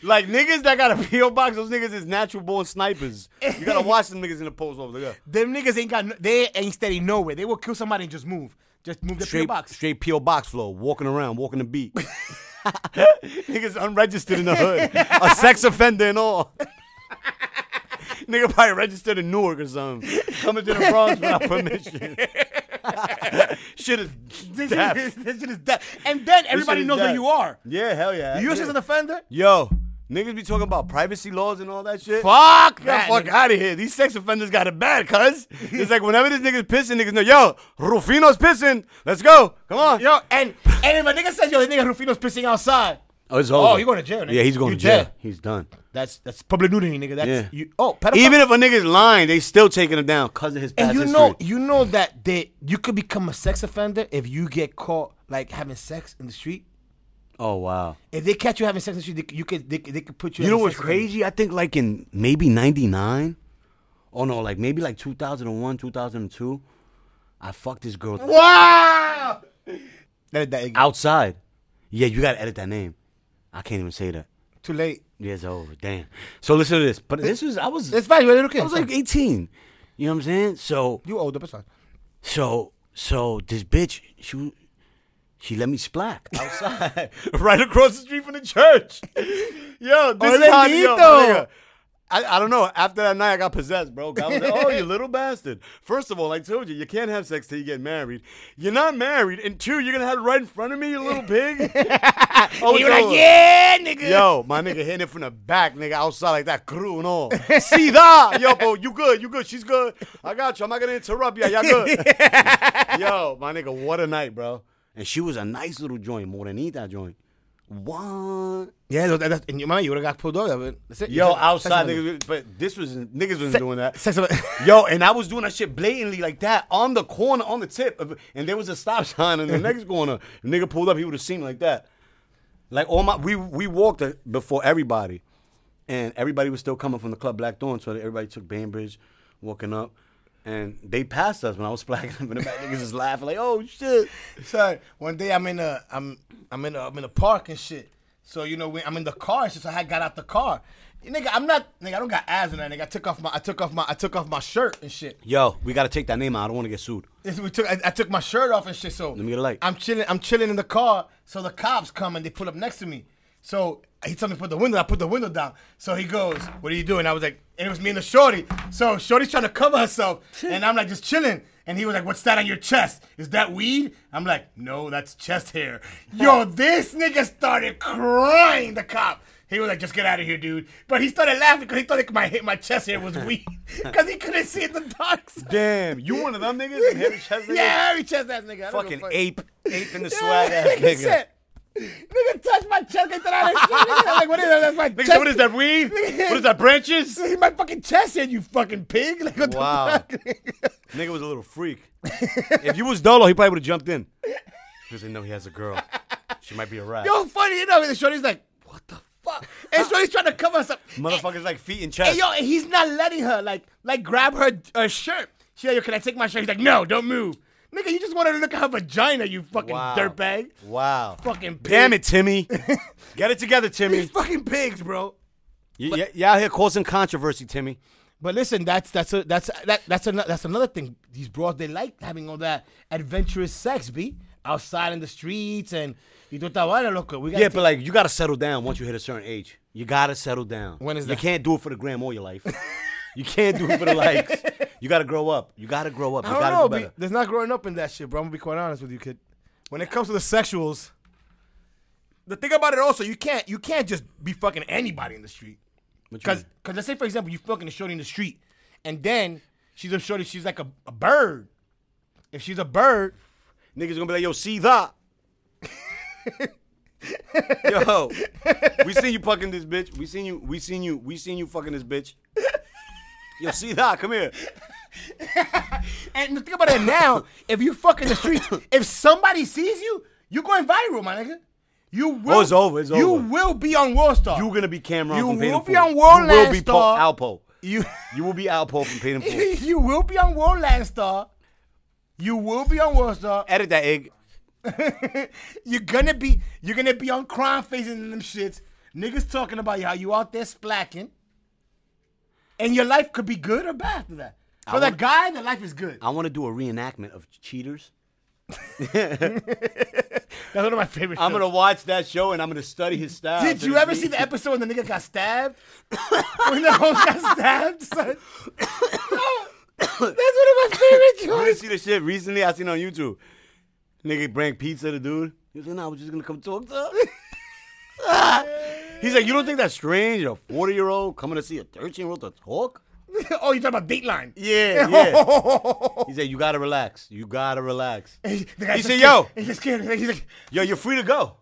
S1: like niggas that got a PO box, those niggas is natural born snipers. You gotta watch them niggas in the post over there.
S3: Them niggas ain't got. No, they ain't steady nowhere. They will kill somebody and just move. Just move the PO
S1: Straight
S3: box.
S1: straight PO box flow, walking around, walking the beat. niggas unregistered in the hood, a sex offender and all. Nigga probably registered in Newark or something. Coming to the Bronx without permission. Shit is
S3: This shit
S1: death.
S3: is- this shit is death. And then everybody
S1: is
S3: knows who
S1: death.
S3: you are.
S1: Yeah, hell yeah.
S3: You
S1: yeah.
S3: just as an offender?
S1: Yo, niggas be talking about privacy laws and all that shit. Get
S3: Fuck
S1: the
S3: that.
S1: fuck
S3: nigga.
S1: out of here. These sex offenders got it bad, cuz. It's like whenever this nigga's pissing, niggas know, yo, Rufino's pissing. Let's go. Come on.
S3: Yo, and and if a nigga says yo, the nigga Rufino's pissing outside.
S1: Oh, it's
S3: over. Oh, he going to jail, nigga.
S1: Yeah, he's going
S3: You
S1: to jail.
S3: dead.
S1: He's done.
S3: That's that's public nudity, nigga. That's
S1: Yeah.
S3: you. Oh, pedophile.
S1: Even if a nigga's lying, they still taking him down because of his past
S3: and you know
S1: history.
S3: you know that they you could become a sex offender if you get caught like having sex in the street.
S1: Oh, wow.
S3: If they catch you having sex in the street, they, you could they, they could put you.
S1: You
S3: as
S1: know
S3: a
S1: what's
S3: sex offender.
S1: crazy? I think like in maybe 99, oh no, like maybe like 2001, 2002, I fucked this girl
S3: Wow. That, that,
S1: outside. Yeah, you got to edit that name. I can't even say that.
S3: too late.
S1: Yeah, it's over. Damn. So listen to this. But this was, I was,
S3: It's fine. You're a little kid.
S1: I was like 18. You know what I'm saying? So
S3: you older, but it's fine.
S1: So so this bitch she she let me splat outside right across the street from the church. Yo, this is how yo, my
S3: Orlandito.
S1: nigga, I, I don't know. After that night, I got possessed, bro. God was like, oh, you little bastard. First of all, I told you, you can't have sex till you get married. You're not married. And two, you're going to have it right in front of me, you little pig. oh,
S3: You
S1: it's
S3: were like,
S1: over.
S3: yeah, nigga.
S1: Yo, my nigga hitting it from the back, nigga, outside like that, crew and all. See that? Yo, bro, you good, you good, she's good. I got you. I'm not gonna interrupt you. Y'all good. Yo, my nigga, what a night, bro. And she was a nice little joint, Morenita joint. What?
S3: Yeah, that, that's, and you, man, you would have got pulled over. but That's it.
S1: Yo,
S3: Sex
S1: outside
S3: offender.
S1: niggas, but this was niggas was
S3: Se-
S1: doing that.
S3: Sex offender.
S1: Yo, and I was doing that shit blatantly like that on the corner, on the tip, of, and there was a stop sign in the next corner. If nigga pulled up, he would have seen me like that. Like all my, we we walked uh, before everybody, and everybody was still coming from the club Black Dawn, so everybody took Bainbridge, walking up, and they passed us when I was flagging them, and the back niggas just laughing like, "Oh shit!"
S3: Son, one day I'm in a I'm I'm in a I'm in a park and shit. So you know when I'm in the car and shit. So I had got out the car. You nigga, I'm not nigga. I don't got abs and that nigga. I took off my I took off my I took off my shirt and shit.
S1: Yo, we gotta take that name out. I don't want to get sued.
S3: This- We took I, I took my shirt off and shit. So
S1: Let me get a light.
S3: I'm chilling I'm chilling in the car. So the cops come and they pull up next to me. So he told me to put the window. I put the window down. So he goes, "What are you doing?" I was like, and it was me and the shorty. So shorty's trying to cover herself, and I'm like just chilling. And he was like, "What's that on your chest? Is that weed?" I'm like, "No, that's chest hair." Yo, this nigga started crying. The cop. He was like, "Just get out of here, dude." But he started laughing because he thought like my my chest hair was weed because he couldn't see in the dark. side.
S1: Damn, you one of them niggas? Hairy chest niggas?
S3: Yeah, every chest ass nigga. I don't
S1: fucking
S3: give a fuck.
S1: ape, ape in the
S3: Yeah,
S1: swag ass nigga.
S3: said, Nigga touched my chest. Get that out of here. Nigga, Like, what is that? That's my
S1: Nigga
S3: chest.
S1: said, what is that weed?
S3: Nigga.
S1: what is that branches?
S3: He my fucking chest in, you fucking pig. Like, what
S1: Wow.
S3: the fuck?
S1: Nigga was a little freak. if you was Dolo, he probably would have jumped in. Because they know he has a girl. She might be a rat.
S3: yo, funny enough, and Shorty's like, what the fuck? And Shorty's trying to cover us up.
S1: Motherfuckers like feet and
S3: And
S1: chest.
S3: yo, and he's not letting her, like, like grab her, her shirt. She's like, yo, can I take my shirt? He's like, no, don't move. Nigga, you just wanted to look at her vagina, you fucking
S1: Wow.
S3: dirtbag.
S1: Wow.
S3: Fucking pig.
S1: Damn it, Timmy. Get it together,
S3: These
S1: Timmy.
S3: fucking pigs, bro.
S1: You, you, you out here causing controversy, Timmy.
S3: But listen, that's that's a, that's that, that's another that's another thing. These broads they like having all that adventurous sex, b outside in the streets and you do that loco. We got
S1: Yeah, but like you gotta settle down once you hit a certain age. You gotta settle down.
S3: When is
S1: You
S3: that?
S1: can't do it for the gram all your life. you can't do it for the likes. You gotta grow up. You gotta grow up. You
S3: I don't
S1: gotta
S3: know.
S1: do
S3: B,
S1: better.
S3: there's not growing up in that shit, bro. I'm gonna be quite honest with you, kid. When it comes to the sexuals, the thing about it also, you can't you can't just be fucking anybody in the street.
S1: What you
S3: Cause,
S1: mean?
S3: cause let's say for example, you fucking a shorty in the street, and then she's a shorty, she's like a, a bird. If she's a bird,
S1: niggas gonna be like, yo, see that. yo, we seen you fucking this bitch. We seen you. We seen you. We seen you fucking this bitch. Yo, see that. Come here.
S3: and the thing about it now, if you fucking the streets, if somebody sees you, you're going viral, my nigga. You will.
S1: Oh, it's over, it's
S3: you
S1: over.
S3: will be on World Star.
S1: You gonna be Cameron
S3: You
S1: from Paid in
S3: will be
S1: Full.
S3: on World
S1: You will
S3: Land
S1: be po-
S3: Star.
S1: Alpo.
S3: you.
S1: You will be Alpo from Paid in Full.
S3: you will be on World Land Star. You will be on World Star.
S1: Edit that egg.
S3: you're gonna be you're gonna be on crime faces and them shits. Niggas talking about you how you out there splacking. And your life could be good or bad after that. For
S1: I
S3: the
S1: wanna-
S3: guy, the life is good.
S1: I want to do a reenactment of Cheaters.
S3: That's one of my favorite
S1: I'm gonna watch that show and I'm gonna study his style.
S3: Did you ever see the episode when the nigga got stabbed? when the host got stabbed, son? That's one of my favorite
S1: You didn't
S3: jokes.
S1: see the shit recently? I seen it on YouTube. Nigga bring pizza to dude. He was like, "Nah, I was just gonna come talk to." Him. He's like, "You don't think that's strange? A 40 year old coming to see a 13 year old to talk?"
S3: oh, you talking about Dateline?
S1: Yeah, yeah. He said, "You gotta relax. You gotta relax.
S3: The guy's
S1: He
S3: so
S1: said,
S3: scared.
S1: "Yo."
S3: He's just scared. He's like,
S1: Yo, you're free to go.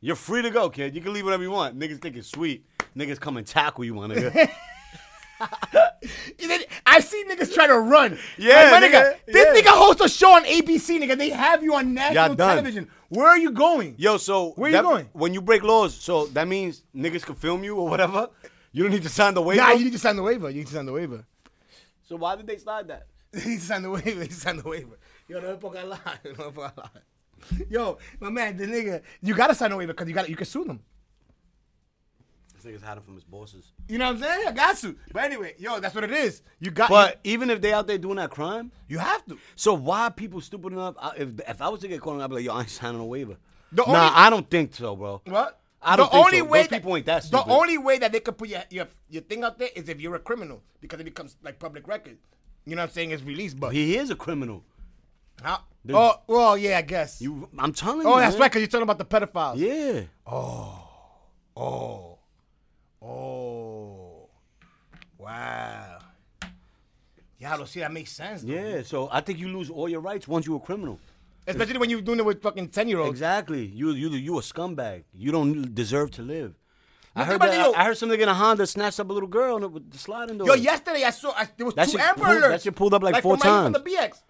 S1: You're free to go, kid. You can leave whatever you want. Niggas think it's sweet. Niggas come and tackle you, my nigga.
S3: And then I see niggas try to run.
S1: Yeah,
S3: Like, my
S1: nigga,
S3: nigga, This
S1: yeah.
S3: nigga hosts a show on ABC, nigga. They have you on
S1: Y'all
S3: national
S1: done.
S3: television. Where are you going?
S1: Yo, so
S3: Where you
S1: that-
S3: going?
S1: When you break laws, so that means niggas can film you or whatever. You don't need to sign the waiver.
S3: nah, you need to sign the waiver. You need to sign the waiver.
S1: so why did they slide that?
S3: you need to sign the waiver. You need to sign the waiver. Yo, no fuck I lie. No fuck I lie. Yo, my man, the nigga, you gotta sign the waiver because you got to you can sue them.
S1: This nigga's hiding from his bosses.
S3: You know what I'm saying? I got you. But anyway, yo, that's what it is. You got.
S1: But even if they out there doing that crime,
S3: you, you have to.
S1: so why are people stupid enough? I- If if I was to get caught, I'd be like, yo, I ain't signing a waiver.
S3: The
S1: nah,
S3: only-
S1: I don't think so, bro.
S3: What?
S1: I don't
S3: the
S1: think
S3: only
S1: so.
S3: way
S1: Those people ain't that
S3: The
S1: stupid.
S3: only way that they could put your, your your thing out there is if you're a criminal because it becomes like public record. You know what I'm saying? It's released, but
S1: He is a criminal.
S3: how? Oh, well, yeah, I guess.
S1: You, I'm telling you.
S3: oh, that's
S1: man.
S3: right, cause you're talking about the pedophiles.
S1: Yeah.
S3: Oh, oh, wow. Yeah, lo see, that makes sense. Though.
S1: Yeah, so I think you lose all your rights once you're a criminal.
S3: Especially when you're doing it with fucking ten year olds.
S1: Exactly. You you you a scumbag. You don't deserve to live. I
S3: Look
S1: heard,
S3: about
S1: that,
S3: you.
S1: I, I heard some nigga in a Honda snatched up a little girl and it- with the sliding door.
S3: Yo, yesterday I saw I, there was
S1: That
S3: two
S1: shit
S3: Amber
S1: pulled-
S3: alerts.
S1: that shit pulled up like four
S3: from my- From
S1: times.
S3: the BX.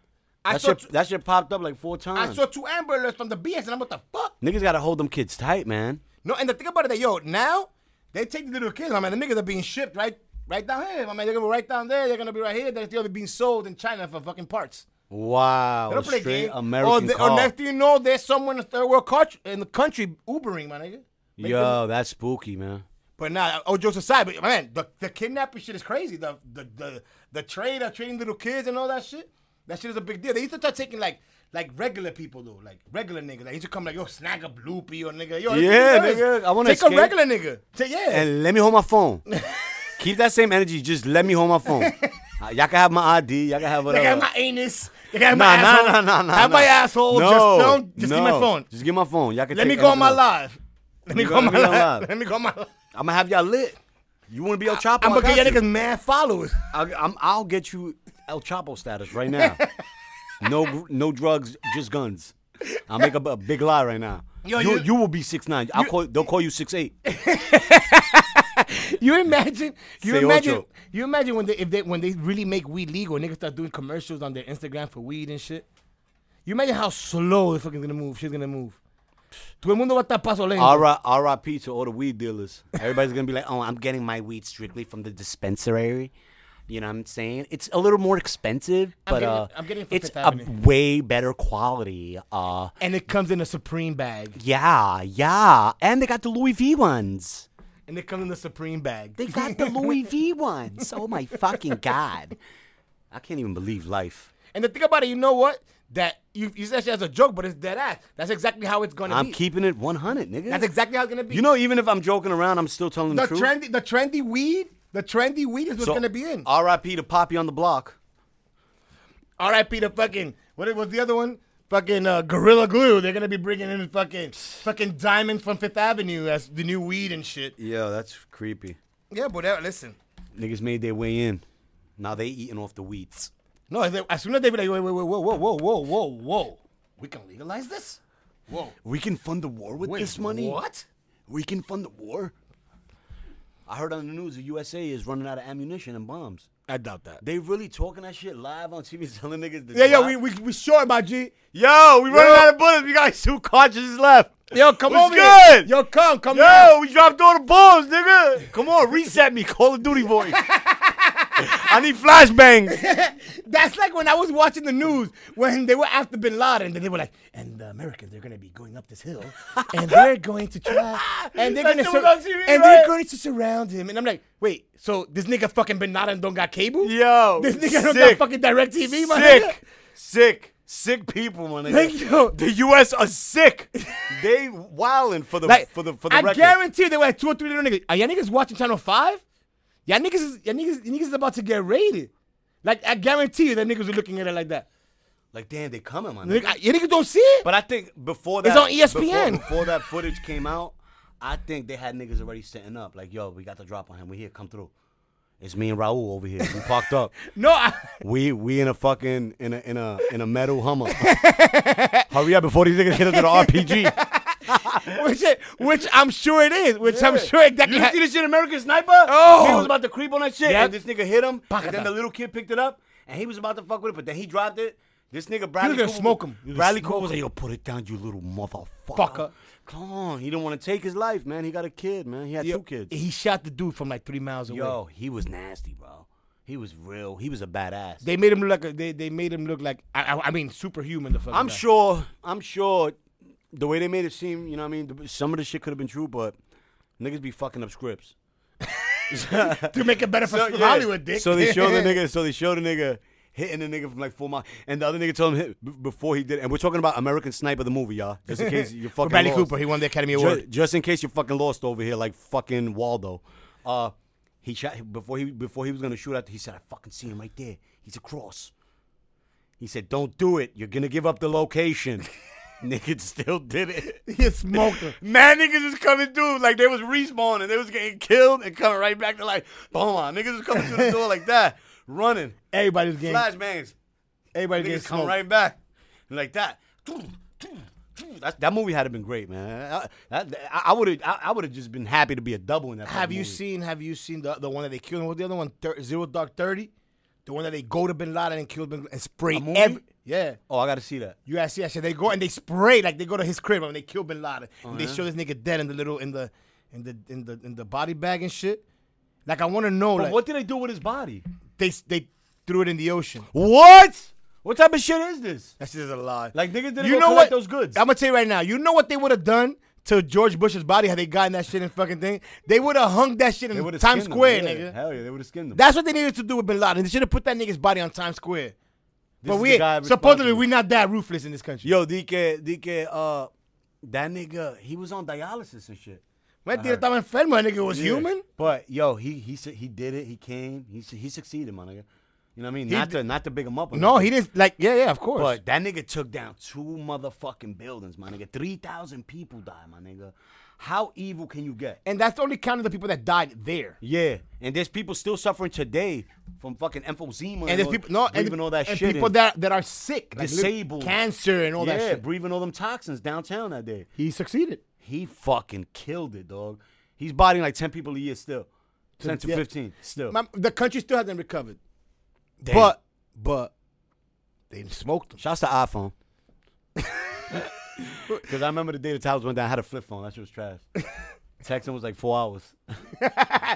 S3: I
S1: that
S3: saw
S1: shit,
S3: two,
S1: that shit popped up like four times.
S3: I saw two Amber alerts from the BX, and I'm what the fuck?
S1: Niggas gotta hold them kids tight, man.
S3: No, and the thing about it, that yo, now they take the little kids. I mean, the niggas are being shipped right, right down here. I mean, they're gonna be right down there. They're gonna be right here. They're still being sold in China for fucking parts.
S1: Wow,
S3: They don't
S1: a
S3: play
S1: Oh, straight
S3: game.
S1: American
S3: or, they-
S1: car.
S3: or next thing you know, there's someone in the third world country, in the country Ubering, my nigga. Make them-
S1: Yo, that's spooky, man.
S3: but now, nah, jokes aside, but man, the, the kidnapping shit is crazy. The the the the trade of trading little kids and all that shit. That shit is a big deal. They used to start taking like like regular people though, like regular niggas. They used to come like yo, snag a bloopy or nigga. Yo,
S1: Yeah,
S3: let's do this.
S1: nigga, I wanna
S3: take
S1: escape.
S3: a regular nigga. Take, yeah,
S1: And let me hold my phone. Keep that same energy. Just let me hold my phone. Uh, y'all can have my ID. Y'all can have
S3: They
S1: whatever.
S3: got my anus. They got
S1: nah,
S3: my
S1: uh, nah,
S3: asshole.
S1: nah, nah, nah.
S3: Have
S1: nah.
S3: my asshole.
S1: No,
S3: just don't. Just give me my
S1: no.
S3: phone.
S1: Just give my phone. Y'all can
S3: Let me
S1: take
S3: go on my
S1: everything else.
S3: live. Let me
S1: You
S3: go on
S1: gotta
S3: my
S1: be on
S3: live.
S1: live.
S3: Let me go on my live.
S1: I'm gonna have y'all lit. You wanna be El Chapo?
S3: I'm
S1: I
S3: gonna get
S1: got
S3: your
S1: you.
S3: niggas mad followers.
S1: I'll, I'm, I'll get you El Chapo status right now. no, gr- no drugs, just guns. I'll make a, b- a big lie right now.
S3: Yo,
S1: you,
S3: you-
S1: you will be six nine. I'll call. They'll call you six eight.
S3: You imagine? You
S1: Say
S3: imagine?
S1: ocho.
S3: You imagine when they if they when they really make weed legal, niggas start doing commercials on their Instagram for weed and shit. You imagine how slow the fucking gonna move? She's gonna move. Todo el mundo va a estar paso lento.
S1: R.I.P. to all the weed dealers. Everybody's gonna be like, "Oh, I'm getting my weed strictly from the dispensary." You know what I'm saying? It's a little more expensive,
S3: I'm
S1: but
S3: getting
S1: uh,
S3: it- I'm getting it from
S1: it's
S3: Fifth
S1: a
S3: Avenue.
S1: way better quality. Uh,
S3: And it comes in a Supreme bag.
S1: yeah, yeah. And they got the Louis V ones.
S3: And it comes in a Supreme bag.
S1: They got the Louis V ones. Oh my fucking god! I can't even believe life.
S3: And the thing about it, you know what? That you, you said she has a joke, but it's dead ass. That's exactly how it's gonna
S1: I'm
S3: be.
S1: keeping it 100, nigga.
S3: That's exactly how it's gonna be.
S1: You know, even if I'm joking around, I'm still telling the,
S3: the
S1: truth.
S3: trendy, the trendy weed, the trendy weed is what's
S1: So,
S3: gonna be in.
S1: R.I.P. to Poppy on the block.
S3: R.I.P. to fucking what was the other one? Fucking uh, Gorilla Glue. They're gonna be bringing in fucking fucking diamonds from Fifth Avenue as the new weed and shit.
S1: Yeah, that's creepy.
S3: Yeah, but uh, listen,
S1: Niggas made their way in. Now they eating off the weeds.
S3: no, as, they- as soon as they be like, wait, wait, wait, whoa, whoa, whoa, whoa, whoa, whoa, we can legalize this. Whoa,
S1: We can fund the war with
S3: wait,
S1: this money.
S3: What?
S1: We can fund the war. I heard on the news the USA is running out of ammunition and bombs.
S3: I doubt that.
S1: They really talking that shit live on TV, telling niggas. To
S3: Yeah, yeah,
S1: drop.
S3: we we we short, my G.
S1: yo, we
S3: Yo.
S1: of bullets. We got two cartridges left.
S3: Yo, come
S1: What's
S3: over here.
S1: good?
S3: Yo, come, come.
S1: Yo, we dropped all the balls, nigga. Come on, reset me. Call of Duty voice. I need flashbangs.
S3: That's like when I was watching the news when they were after Bin Laden, and they were like, "And the Americans, they're gonna be going up this hill, and they're going to try, and they're
S1: That
S3: gonna,
S1: shit
S3: sur-
S1: was on TV,
S3: and
S1: right?
S3: they're going to surround him." And I'm like, "Wait, so this nigga fucking Bin Laden don't got cable?
S1: Yo,
S3: this nigga don't got
S1: sick.
S3: fucking Direct TV, my nigga."
S1: sick, sick, sick people, my nigga.
S3: Thank you.
S1: The U.S. are sick. they wildin' for the
S3: Like,
S1: for the for the
S3: I
S1: record.
S3: guarantee they were like two or three little niggas. Are y'all niggas watching Channel 5? Y'all niggas is, y'all niggas, y'all niggas is about to get raided. Like, I guarantee you that niggas are looking at it like that.
S1: like damn, they coming, my nigga.
S3: Nigga, y'all niggas don't see it?
S1: But I think before that,
S3: It's on E ESPN.
S1: Before, before that footage came out, I think they had niggas already setting up. Like, yo, we got the drop on him. We here, come through. It's me and Raul over here. We parked up.
S3: no, I.
S1: We we in a fucking in a in a in a metal Hummer. Hurry up before these niggas hit us with an RPG.
S3: which, it- which I'm sure it is. Which I'm sure exactly.
S1: You
S3: ha-
S1: see this shit, American Sniper?
S3: Oh.
S1: he was about to creep on that shit,
S3: Yep.
S1: and this nigga hit him.
S3: Pakata.
S1: And then the little kid picked it up, and he was about to fuck with it, but then he dropped it. This nigga Bradley
S3: gonna
S1: Cooper,
S3: smoke him. You gonna
S1: Bradley
S3: smoke
S1: Cooper was like, "Yo, put it down, you little motherfucker."
S3: Fucker.
S1: Come on, he didn't want to take his life, man. He got a kid, man. He had
S3: Yo,
S1: two kids.
S3: He shot the dude from like three miles away.
S1: Yo, he was nasty, bro. He was real. He was a badass.
S3: They made him look like a, they, they made him look like I, I, I mean superhuman. The fuck.
S1: I'm sure. I'm sure. The way they made it seem, you know, what I mean, th- some of the shit could have been true, but niggas be fucking up scripts.
S3: to make it better for
S1: yeah.
S3: Hollywood, dick.
S1: So they show the nigga. So they show the nigga hitting the nigga from like four miles, and the other nigga told him hit b- before he did. it. And we're talking about American Sniper the movie, y'all. Just in case you're
S3: For
S1: fucking.
S3: Bradley
S1: lost.
S3: Cooper, he won the Academy
S1: Ju-
S3: Award.
S1: Just, in case you're fucking lost over here, like fucking Waldo. Uh, he shot before he before he was gonna shoot at. He said, "I fucking see him right there. He's across." He said, "Don't do it. You're gonna give up the location." Nigga still did it.
S3: He a smoker.
S1: Mad niggas is coming through. Like they was respawning. They was getting killed and coming right back to like, boom, ah, niggas was coming through the door like that, running.
S3: Everybody's getting
S1: Flashbangs.
S3: everybody's getting
S1: Niggas come
S3: smoked.
S1: right back. Like that. That, that movie had been great, man. I, I, I would have I, I would have just been happy to be a double in that.
S3: Have
S1: fucking
S3: you
S1: movie.
S3: seen? Have you seen the the one that they killed? What the other one? Thir- Zero Dark Thirty, the one that they go to Bin Laden and kill Bin and spray
S1: movie?
S3: every. Yeah.
S1: Oh, I gotta see that.
S3: You ask, yeah, so they go and they spray like they go to his crib and they kill Bin Laden. and
S1: Uh-huh.
S3: they show this nigga dead in the little in the in the in the in the body bag and shit. Like I want to know,
S1: But
S3: like
S1: what did they do with his body?
S3: they they threw it in the ocean.
S1: What? What type of shit is this?
S3: That shit is a lie.
S1: Like, niggas didn't
S3: you
S1: go
S3: know what?
S1: collect those goods.
S3: I'm gonna tell you right now. You know what they would have done to George Bush's body had they gotten that shit in fucking thing? They would have hung that shit
S1: They
S3: in
S1: would've
S3: Times
S1: skinned them,
S3: Square,
S1: yeah.
S3: nigga.
S1: Hell yeah, they would have skinned them.
S3: That's what they needed to do with Bin Laden. They should have put that nigga's body on Times Square. but
S1: is
S3: we
S1: the
S3: ain't-
S1: guy
S3: supposedly
S1: responsible.
S3: we're not that ruthless in this country.
S1: Yo, DK, DK, uh, that nigga, he was on dialysis and shit.
S3: My tío estaba enfermo. That nigga was
S1: Yeah.
S3: human.
S1: But yo, he he su- he did it. He came. He su- he succeeded, my nigga. You know what I mean? not
S3: d-
S1: to not to big him up. or
S3: No,
S1: nothing,
S3: he didn't. Like, yeah, yeah, of course.
S1: But that nigga took down two motherfucking buildings, my nigga. Three thousand people died, my nigga. How evil can you get?
S3: And that's only counting the people that died there.
S1: Yeah, and there's people still suffering today from fucking emphysema
S3: And there's
S1: all-
S3: people no and,
S1: breathing all that
S3: and
S1: shit,
S3: people
S1: in.
S3: that that are sick, like, lit-
S1: disabled,
S3: cancer, and all
S1: yeah,
S3: that shit.
S1: breathing all them toxins downtown that day.
S3: He succeeded.
S1: He fucking killed it, dog. He's bodying like ten people a year still, ten to
S3: yeah.
S1: fifteen still.
S3: My- the country still hasn't recovered,
S1: Damn.
S3: but but they smoked him.
S1: Shouts to iPhone. Because I remember the day the towers went down, I had a flip phone. That shit was trash. Texting was like four hours.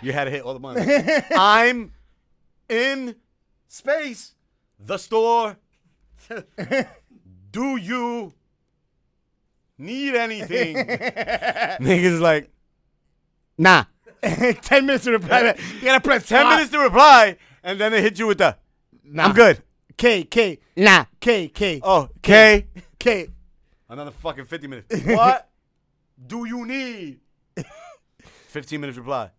S1: you had to hit all the money. I'm in space, the store. Do you need anything? Niggas like, nah.
S3: Ten minutes to reply. back. You gotta press
S1: Ten minutes to reply, and then they hit you with the,
S3: Nah.
S1: I'm good.
S3: K K
S1: Nah.
S3: K K
S1: Oh, K.
S3: K.
S1: Another fucking 50 minutes. What do you need? 15 minutes reply.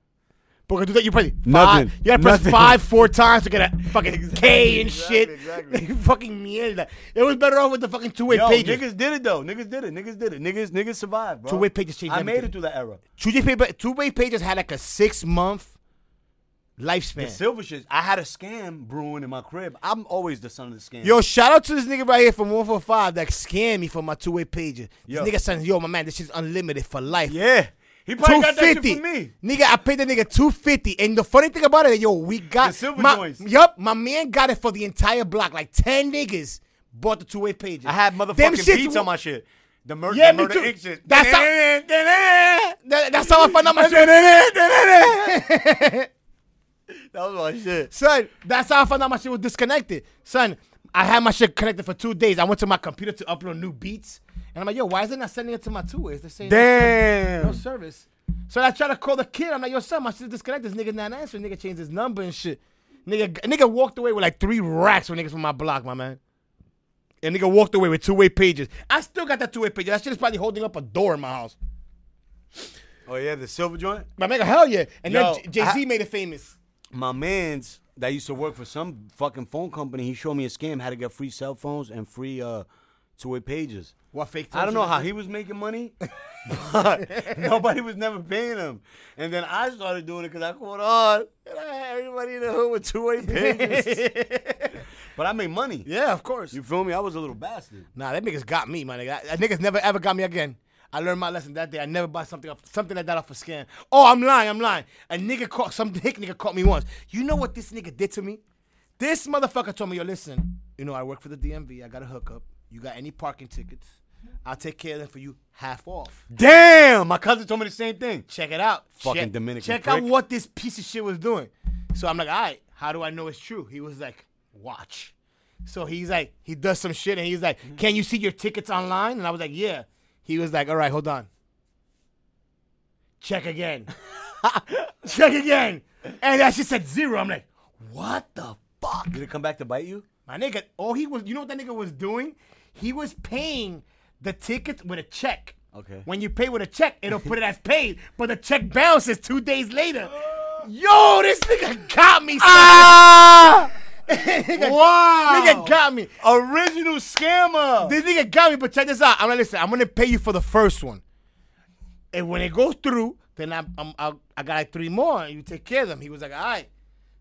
S3: Because do that, you press
S1: Nothing.
S3: five. You gotta press
S1: Nothing.
S3: five four times to get a fucking K and
S1: Exactly,
S3: shit.
S1: exactly.
S3: fucking mierda. It was better off with the fucking two way
S1: Yo,
S3: pages.
S1: niggas did it though. Niggas did it. Niggas did it. Niggas niggas survived, bro.
S3: Two-way pages changed
S1: I made
S3: everything.
S1: it through that era.
S3: Two-way paper, two-way pages had like a six-month lifespan.
S1: Silver shit. I had a scam brewing in my crib. I'm always the son of the scam.
S3: Yo, shout out to this nigga right here from 145 that scammed me for my two-way pages.
S1: Yo.
S3: This nigga said, yo, my man, this shit's unlimited for life.
S1: yeah, he probably got that shit
S3: 250.
S1: from me.
S3: Nigga, I paid the nigga 250. And the funny thing about it, yo, we
S1: The
S3: got
S1: silver
S3: my,
S1: joints.
S3: Yup, my man got it for the entire block. Like 10 niggas bought the two-way pages.
S1: I had
S3: Them
S1: motherfucking
S3: shits
S1: beats
S3: wa-
S1: on my shit. The murder,
S3: Yeah,
S1: the
S3: me
S1: murder
S3: too.
S1: Inc. shit.
S3: That's how-
S1: that
S3: That- that's how I found out my shit.
S1: was my shit.
S3: Son, that's how I found out my shit was disconnected. Son, I had my shit connected for two days. I went to my computer to upload new beats. And I'm like, yo, why is it not sending it to my two ways? They're saying no
S1: Damn.
S3: service. So I try to call the kid. I'm like, yo, son, my shit is disconnected. This nigga not answering. Nigga changed his number and shit. Nigga, nigga walked away with like three racks with niggas from my block, my man. And nigga walked away with two way pages. I still got that two way page. That shit is probably holding up a door in my house.
S1: Oh yeah, the silver joint.
S3: My nigga, hell yeah. And
S1: Yo,
S3: then Jay Z
S1: I-
S3: made it famous.
S1: my man's that used to work for some fucking phone company, he showed me a scam how to get free cell phones and free uh two-way pages.
S3: What fake?
S1: I don't know how he was making money, but nobody was never paying him. And then I started doing it because I caught on, and I had everybody in the hood with two-way pages. but I made money.
S3: Yeah, of course.
S1: You feel me? I was a little bastard.
S3: Nah, that niggas got me, my nigga. That, that niggas never ever got me again. I learned my lesson that day. I never buy something off, something like that off a scam. Oh, I'm lying, I'm lying. A nigga caught some dick nigga caught me once. You know what this nigga did to me? This motherfucker told me, yo, listen, you know, I work for the DMV, I got a hookup. You got any parking tickets? I'll take care of them for you half off.
S1: Damn, my cousin told me the same thing.
S3: Check it out.
S1: Fucking
S3: check,
S1: Dominican
S3: Check out
S1: prick.
S3: what this piece of shit was doing. So I'm like, all right, how do I know it's true? He was like, watch. So he's like, he does some shit and he's like, can you see your tickets online? And I was like, yeah. He was like, all right, hold on. Check again. check again. And I just said zero. I'm like, what the fuck?
S1: Did it come back to bite you?
S3: My nigga, all he was, you know what that nigga was doing? He was paying the tickets with a check.
S1: Okay.
S3: When you pay with a check, it'll put it as paid, but the check bounces two days later. Yo, this nigga got me. son.
S1: Ah!
S3: nigga,
S1: Wow!
S3: nigga got me.
S1: Original scammer.
S3: This nigga got me, but check this out. I'm like, listen, I'm gonna pay you for the first one. And when it goes through, then I'm, I'm, i I got like three more, and you take care of them. He was like, all right,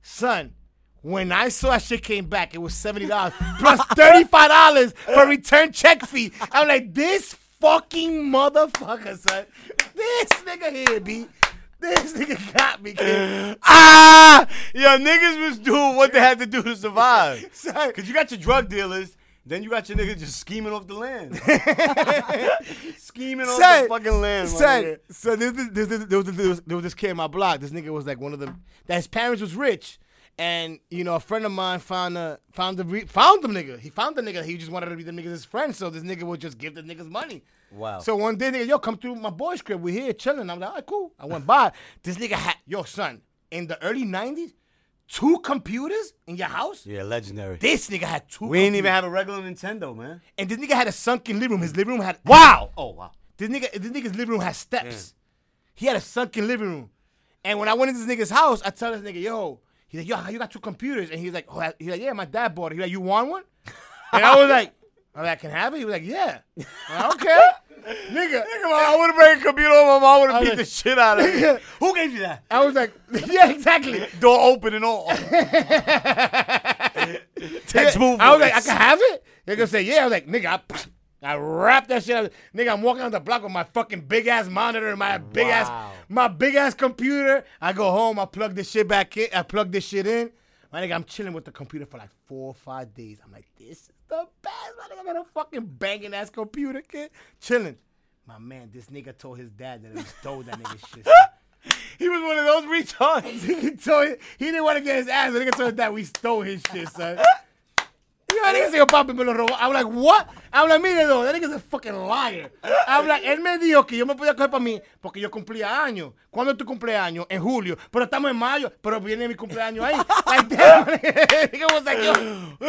S3: son. When I saw that shit came back, it was seventy dollars plus thirty five dollars for return check fee. I'm like, this fucking motherfucker, son. This nigga here, b. This nigga got me, kid.
S1: Ah! Yo, niggas was doing what they had to do to survive.
S3: Son.
S1: Cause you got your drug dealers, then you got your niggas just scheming off the land. scheming off the
S3: Son,
S1: fucking land. my
S3: Son,
S1: nigga.
S3: so this, this, this, this, there, was, there, was, there was this kid in my block. This nigga was like one of the that his parents was rich, and you know a friend of mine found a found the re- found them nigga. He found the nigga. He just wanted to be the nigga's his friend, so this nigga would just give the niggas money.
S1: Wow.
S3: So one day, nigga, yo, come through my boy's crib. We here chilling. I'm like, all right, cool. I went by. This nigga had yo son in the early '90s, two computers in your house.
S1: Yeah, legendary.
S3: This nigga had two.
S1: We didn't
S3: computers.
S1: even have a regular Nintendo, man.
S3: And this nigga had a sunken living room. His living room had
S1: Wow! Oh wow.
S3: this nigga, this nigga's living room has steps. He had a sunken living room. And when I went into this nigga's house, I tell this nigga, yo, he's like, yo, how you got two computers? And he's like, oh, I- he's like, yeah, my dad bought it. He's like, you want one? And I was like, I'm like, I can have it. He was like, yeah. I'm like, okay, nigga.
S1: I would have bring a computer home. I would have
S3: beat
S1: beat the
S3: the
S1: shit out of it. Who gave you that?
S3: I was like, yeah, exactly.
S1: Door open and all. Textbook.
S3: I was like, I can have it. Nigga said, yeah. I was like, nigga, I, I wrapped that shit up. Nigga, I'm walking on the block with my fucking big ass monitor and my big
S1: Wow.
S3: ass my big ass computer. I go home, I plug this shit back in. I plug this shit in. My nigga, I'm chilling with the computer for like four or five days. I'm like, this is the best. My nigga I got a fucking banging ass computer, kid. Chilling. My man, this nigga told his dad that he stole that nigga shit. he was one of those retards. so he, he didn't want to get his ass. The nigga told that we stole his shit, son. You know, nigga said, papi, me lo robó. I'm like, what? I'm like, mire, no, that nigga's a fucking liar. I'm like, él me dijo que yo me podía coger para mí porque yo cumplía años. ¿Cuándo es tu cumpleaños? En julio. Pero estamos en mayo, pero viene mi cumpleaños ahí. Like, damn, nigga was like, yo. Nigga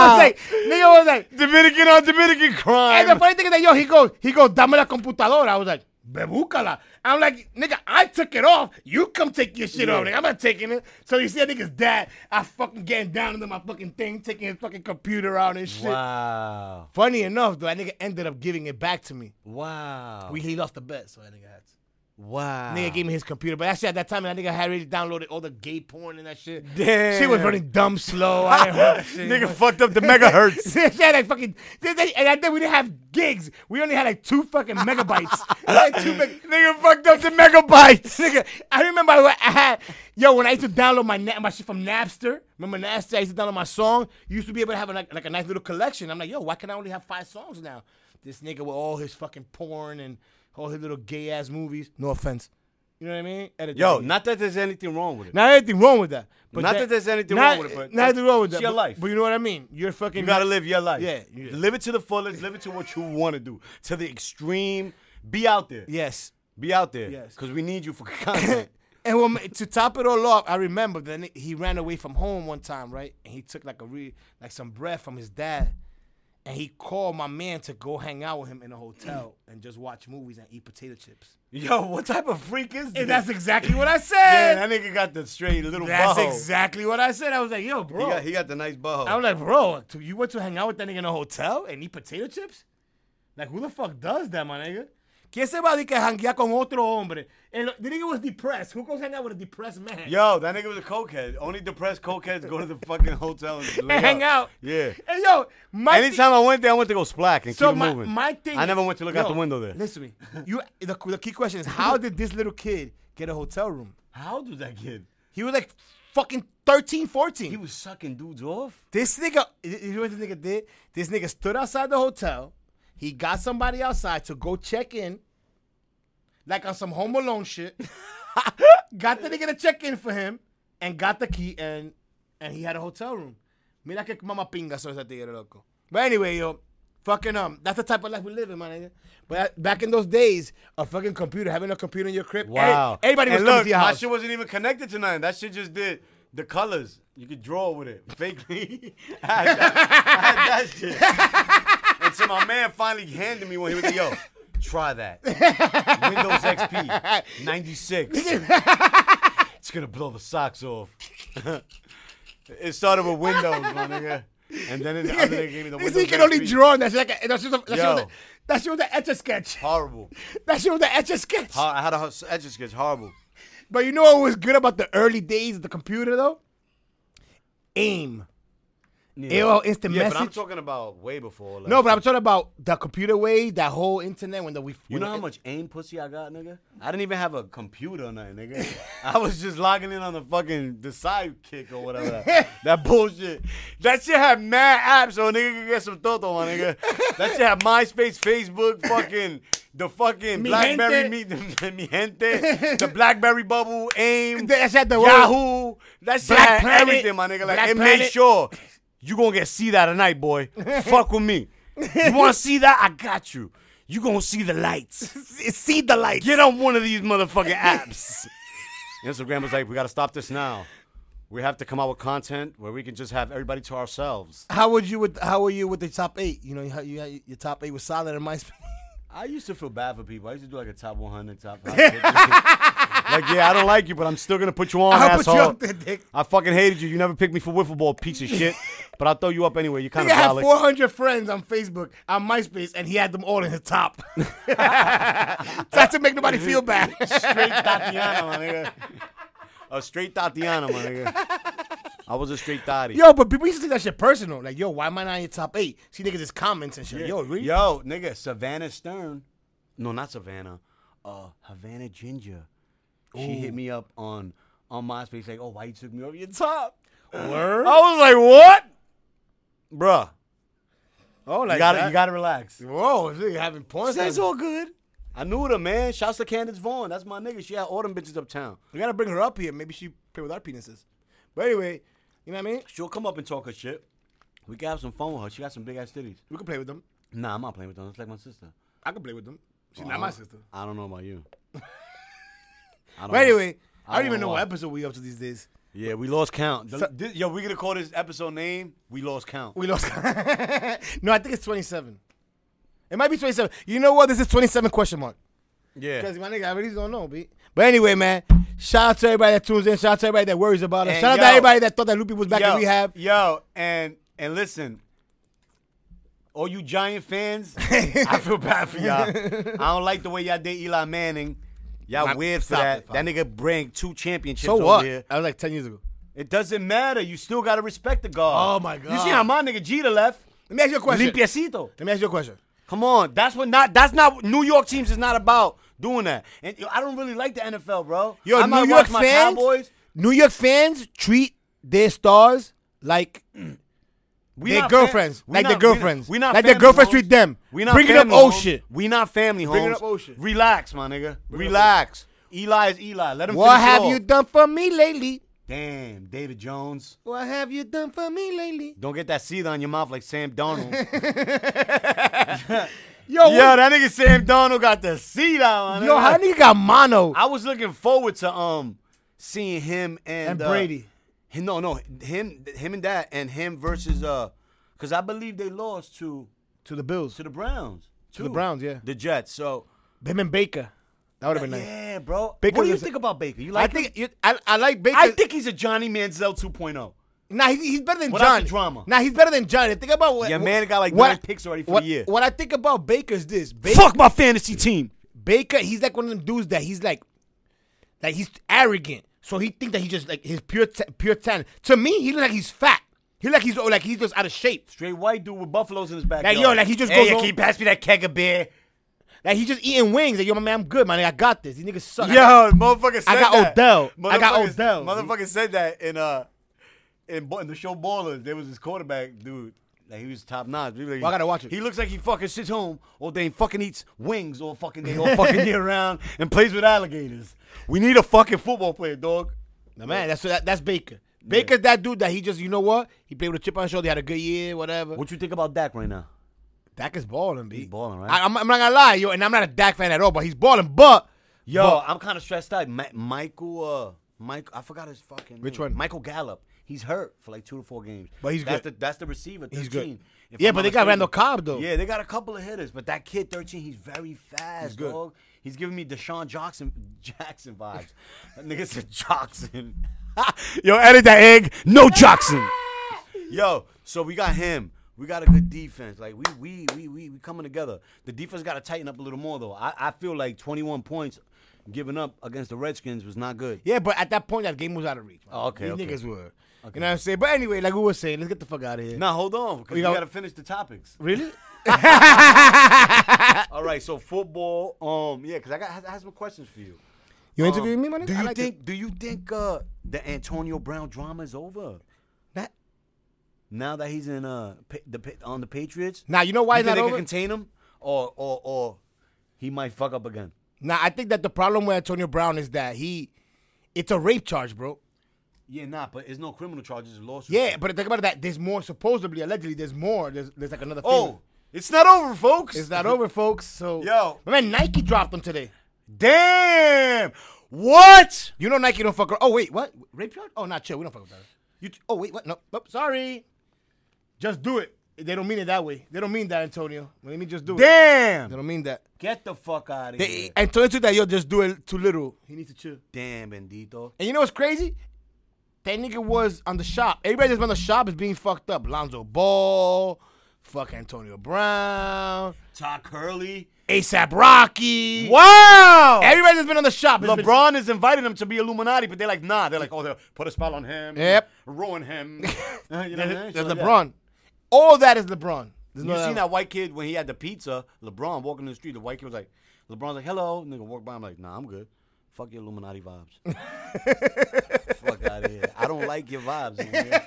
S3: was like, nigga was like,
S1: Ah! Dominican on Dominican
S3: and the
S1: crime.
S3: funny thing is that yo, he goes, he goes, dame la computadora. I was like, ve búscala. I'm like, nigga, I took it off. You come take your shit off. Nigga. I'm not taking it. So you see that nigga's dad, I fucking getting down into my fucking thing, taking his fucking computer out and shit.
S1: Wow.
S3: Funny enough, though, that nigga ended up giving it back to me.
S1: Wow.
S3: We he lost the bet, so that nigga had to.
S1: wow.
S3: Nigga gave me his computer, but actually at that time, that nigga had already downloaded all the gay porn and that shit.
S1: Damn.
S3: She was running dumb slow. I didn't heard that shit.
S1: Nigga fucked up the megahertz.
S3: she had like fucking. they- they- And I think we didn't have gigs. We only had like two fucking megabytes. I had two meg-
S1: Nigga fucked up the megabytes.
S3: Nigga, I remember I had yo when I used to download my na- my shit from Napster. Remember Napster? I used to download my song. You used to be able to have like, like a nice little collection. I'm like, yo, why can I only have five songs now? This nigga with all his fucking porn and all his little gay ass movies. No offense, you know what I mean? At a-
S1: Yo, not that there's anything wrong with it.
S3: not anything wrong with that. But
S1: Not that there's anything wrong with it, but
S3: not anything wrong with
S1: it's
S3: that.
S1: your
S3: but-
S1: life.
S3: but you know what I mean. You're fucking.
S1: You gotta live your life.
S3: Yeah, yeah.
S1: Live it to the fullest. Live it to what you want to do. To the extreme. Be out there.
S3: Yes.
S1: Be out there.
S3: Yes.
S1: Because we need you for content.
S3: And when, to top it all off, I remember then he ran away from home one time, right? And he took like a re, like some breath from his dad, and he called my man to go hang out with him in a hotel and just watch movies and eat potato chips.
S1: Yo, what type of freak is this?
S3: And that's exactly what I said.
S1: Yeah, that nigga got the straight little
S3: that's
S1: butthole.
S3: exactly what I said. I was like, yo,
S1: He
S3: bro.
S1: got, he got the nice butthole.
S3: I was like, bro, to- you went to hang out with that nigga in a hotel and eat potato chips? Like, who the fuck does that, my nigga? ¿Quién se va a decir que janguea con otro hombre? And the nigga was depressed. Who goes hang out with a depressed man?
S1: Yo, that nigga was a cokehead. Only depressed cokeheads go to the fucking hotel and, lay
S3: and hang
S1: up.
S3: out.
S1: Yeah.
S3: And yo, my
S1: Anytime I went there, I went to go splack and
S3: thing, so
S1: keep
S3: my,
S1: moving.
S3: my thing.
S1: I never went to look out
S3: Yo,
S1: the window there.
S3: Listen to me. You the, the key question is how did this little kid get a hotel room?
S1: How old was that kid?
S3: He was like fucking 13, 14.
S1: He was sucking dudes off.
S3: this nigga, you know what this nigga did? This nigga stood outside the hotel. He got somebody outside to go check in, like on some Home Alone shit. got the nigga to check in for him, and got the key, and and he had a hotel room. Mira que mama pinga soy ese tigre loco. But anyway, yo, fucking um, that's the type of life we live in, my nigga. But back in those days, a fucking computer, having a computer in your crib,
S1: Wow.
S3: everybody was
S1: and
S3: coming
S1: look,
S3: to your
S1: my
S3: house.
S1: shit wasn't even connected to nothing. That shit just did the colors. You could draw with it. Fakely. I had that, I had that shit. and so my man finally handed me one. He was like, yo, try that. Windows XP 96. it's going to blow the socks off. it started with Windows, my nigga. And then the other nigga gave me the
S3: This
S1: Windows
S3: nigga can only
S1: XP.
S3: draw on that shit. Like a, that shit was a, that shit was a,
S1: Yo.
S3: that shit was an etch a sketch.
S1: Horrible.
S3: That shit was the etch a sketch.
S1: Hor- I had a edge sketch. Horrible.
S3: But you know what was good about the early days of the computer though? AIM. AOL Instant
S1: Yeah, but I'm
S3: Message.
S1: talking about way before. all that
S3: no, but
S1: shit.
S3: I'm talking about the computer way, that whole internet when the we.
S1: You know how much aim pussy I got, nigga? I didn't even have a computer or nothing, nigga. I was just logging in on the fucking the sidekick or whatever. That, that bullshit. That shit had mad apps so a nigga could get some toto, my nigga. That shit had MySpace, Facebook, fucking the fucking
S3: Mi
S1: Blackberry
S3: gente.
S1: mi, mi gente, the Blackberry bubble, aim,
S3: That shit had the word-
S1: Yahoo. That shit
S3: Black
S1: had
S3: Planet.
S1: everything, my nigga. Like
S3: Black
S1: it made
S3: Planet.
S1: sure you gonna get see that tonight, boy. Fuck with me. You wanna see that? I got you. You gonna see the lights.
S3: See the lights.
S1: Get on one of these motherfucking apps. Instagram was like, we gotta stop this now. We have to come out with content where we can just have everybody to ourselves.
S3: How would you with How were you with the top eight? You know, you, had- you had your top eight was solid in MySpace.
S1: I used to feel bad for people. I used to do like a top 100, top 500. like, yeah, I don't like you, but I'm still gonna put you on,
S3: I'll put you
S1: asshole.
S3: up there, dick.
S1: I fucking hated you. You never picked me for wiffle ball, piece of shit. but I'll throw you up anyway. You kind
S3: Nigga
S1: of
S3: had
S1: valid.
S3: 400 friends on Facebook, on MySpace, and he had them all in his top. Not to make nobody feel bad.
S1: straight Tatiana, my nigga. A straight Tatiana, my nigga. I was a straight Tati.
S3: Yo, but people used to take that shit personal. Like, yo, why am I not in your top eight? See niggas just comments and shit. Yo, really?
S1: Yo, nigga, Savannah Stern. No, not Savannah. Uh, Havana Ginger. She hit me up on on MySpace like, "Oh, why you took me over your top?" Oh,
S3: Word?
S1: I was like, "What, bruh?
S3: Oh, like
S1: you gotta
S3: that. Oh,
S1: you gotta relax.
S3: Whoa, this nigga having points.
S1: It's all good. Anuda, man. Shouts to Candace Vaughn. That's my nigga. She had all them bitches uptown.
S3: We gotta bring her up here. Maybe she play with our penises. But anyway, you know what I mean?
S1: She'll come up and talk her shit. We can have some fun with her. She got some big ass titties.
S3: We can play with them.
S1: Nah, I'm not playing with them. It's like my sister.
S3: I can play with them. She's not
S1: Oh.
S3: my sister.
S1: I don't know about you. I don't
S3: But anyway,
S1: I
S3: I don't even
S1: don't
S3: know what
S1: know.
S3: episode we up to these days.
S1: yeah, we lost count. The- thi- yo, we gonna call this episode name? We lost count.
S3: We lost. no, I think it's 27. It might be 27. You know what? This is 27 question mark.
S1: Yeah,
S3: Because my nigga, I really don't know, B. But anyway, man, shout out to everybody that tunes in. Shout out to everybody that worries about us.
S1: And
S3: shout out
S1: yo-
S3: to everybody that thought that Loopy was back
S1: yo,
S3: in rehab.
S1: Yo, and and listen, all you Giant fans, I feel bad for y'all. I don't like the way y'all did Eli Manning. Y'all
S3: My-
S1: weird for
S3: stop
S1: that.
S3: it,
S1: that nigga bring two championships
S3: So
S1: over
S3: what?
S1: here.
S3: I was like 10 years ago.
S1: It doesn't matter. You still gotta respect the guard.
S3: Oh, my
S1: You
S3: God.
S1: see how my nigga Jeter left?
S3: Let me ask you a question.
S1: Limpiecito.
S3: Let me ask you a question.
S1: Come on, that's what not. That's not New York teams is not about doing that. And yo, I don't really like the NFL, bro.
S3: Yo,
S1: I might
S3: New York
S1: watch my
S3: fans,
S1: Cowboys.
S3: New York fans treat their stars like
S1: We
S3: their
S1: not
S3: girlfriends,
S1: we
S3: like
S1: not-
S3: their
S1: we not-
S3: girlfriends.
S1: We not
S3: Like their
S1: family,
S3: girlfriends
S1: homes.
S3: treat them.
S1: We not
S3: Bringing up
S1: family,
S3: old
S1: homes.
S3: shit.
S1: We not family homes.
S3: up old shit.
S1: Relax, my nigga. Relax. Eli is Eli. Let him.
S3: What
S1: finish it
S3: have
S1: off.
S3: you done for me lately?
S1: Damn, David Jones.
S3: What have you done for me lately?
S1: Don't get that seed on your mouth like Sam Donald. yo,
S3: Yo, what-
S1: that nigga Sam Donald got the seed on. my
S3: yo,
S1: nigga.
S3: how nigga got mono
S1: I was looking forward to um seeing him and,
S3: and
S1: uh,
S3: Brady?
S1: Him- No, no, him, him and that, and him versus uh, because I believe they lost to
S3: To the Bills.
S1: to the Browns.
S3: To the
S1: too.
S3: Browns, yeah.
S1: The Jets. So
S3: Him and Baker. That would have been nice.
S1: yeah, bro.
S3: Baker
S1: what do you
S3: was a-
S1: think about Baker? You like
S3: I think
S1: him?
S3: you, I, I like Baker.
S1: I think he's a Johnny Manziel oh. 2.0.
S3: nah, he, he's better than
S1: Without
S3: John.
S1: the drama.
S3: Nah, he's better than John. Think about what.
S1: Your
S3: what-
S1: man got like
S3: what-
S1: nine picks already for
S3: what,
S1: the year.
S3: What I think about Baker is this: Ba-
S1: Fuck my fantasy team.
S3: Baker, he's like one of them dudes that he's like, like he's arrogant. So he think that he just like his pure ta- pure talent. To me, he look like he's fat. He look like he's oh, like he's just out of shape.
S1: Straight white dude with buffaloes in his back.
S3: yo, like, he just goes on-
S1: pass me that keg of beer?
S3: Like he's just eating wings. Like yo, my man, I'm good, man. Like, I got this. These niggas suck.
S1: Yo, motherfucker said
S3: I got
S1: that.
S3: Odell. I got
S1: Motherfucker-
S3: Odell.
S1: Motherfucker said that in uh in, Bo- in the show Ballers. There was this quarterback dude. Like he was top notch. We were like-
S3: Well, I gotta watch it.
S1: He looks like he fucking sits home all day and fucking eats wings all fucking day, all fucking year round, and plays with alligators. We need a fucking football player, dog.
S3: No, man, that's that, that's Baker. Baker's that dude that he just, you know what? He played with a chip on his shoulder. He had a good year, whatever.
S1: What you think about Dak right now?
S3: Dak is balling, B.
S1: He's balling, right?
S3: I, am I'm not gonna lie, yo, and I'm not a Dak fan at all, but he's balling. But
S1: Yo,
S3: but-
S1: I'm kind of stressed out. Ma- Michael, uh, Mike, I forgot his fucking.
S3: Which
S1: name.
S3: one?
S1: Michael Gallup. He's hurt for like two to four games.
S3: But he's
S1: that's
S3: good.
S1: The, that's the receiver. 13,
S3: He's good.
S1: if
S3: Yeah,
S1: I'm
S3: but
S1: not
S3: they got
S1: mistaken.
S3: Randall Cobb, though.
S1: Yeah, they got a couple of hitters, but that kid 13, he's very fast,
S3: He's good.
S1: dog. He's giving me Deshaun Jackson Jackson vibes. that nigga said Jackson. Yo, edit that egg. No Jackson. Yo, so we got him. We got a good defense. Like we we we we, we coming together. The defense got to tighten up a little more though. I, I feel like 21 points giving up against the Redskins was not good.
S3: yeah, but at that point, that game was out of reach. man.
S1: Oh, okay,
S3: these
S1: okay.
S3: niggas were. You know what I'm saying? But anyway, like we were saying, let's get the fuck out of here.
S1: Now hold on, because
S3: We
S1: we
S3: got-
S1: got to finish the topics.
S3: Really?
S1: All right, so football. Um, yeah, because I got I have some questions for you.
S3: You
S1: Um,
S3: interviewing me, man?
S1: Do you think? Do you think uh, the Antonio Brown drama is over
S3: that?
S1: now that he's in uh pa- the pa- on the Patriots?
S3: Now you know why
S1: you
S3: it's
S1: think
S3: not
S1: they
S3: over.
S1: can contain him, or or or he might fuck up again?
S3: now I think that the problem with Antonio Brown is that he, it's a rape charge, bro.
S1: Yeah, nah, but it's no criminal charges, it's lawsuit.
S3: Yeah, but think about that. There's more. Supposedly, allegedly, there's more. There's there's like another.
S1: oh,
S3: female.
S1: it's not over, folks.
S3: it's not over, folks. So
S1: Yo.
S3: my man, Nike dropped him today.
S1: Damn, what?
S3: You know Nike don't fuck. Around. Oh wait, what? Rape yard? Oh, not chill. We don't fuck with that. You? oh wait, what? No, nope. Sorry. Just do it. They don't mean it that way. They don't mean that, Antonio. Let me just do it. They
S1: Damn,
S3: don't mean that.
S1: get the fuck out of
S3: They,
S1: here.
S3: Antonio took that. Yo, just do it too little. He needs to chill.
S1: Damn, bendito.
S3: And you know what's crazy? That nigga was on the shop. Everybody that's on the shop is being fucked up. Lonzo Ball, fuck Antonio Brown,
S1: Todd Curley.
S3: ASAP Rocky.
S1: Wow.
S3: Everybody that's been on the shop. has been-
S1: LeBron has invited him to be Illuminati, but they're like, nah. They're like, oh, they'll put a spell on him.
S3: Yep.
S1: Ruin him. Uh, you know what I mean?
S3: There's,
S1: Shit
S3: there's
S1: like that.
S3: LeBron. All that is LeBron. There's
S1: You
S3: no
S1: seen that white kid when he had the pizza? LeBron walking in the street. The white kid was like, LeBron's like, hello. Nigga walk by. I'm like, nah, I'm good. Fuck your Illuminati vibes. Fuck out of here. I don't like your vibes. nigga.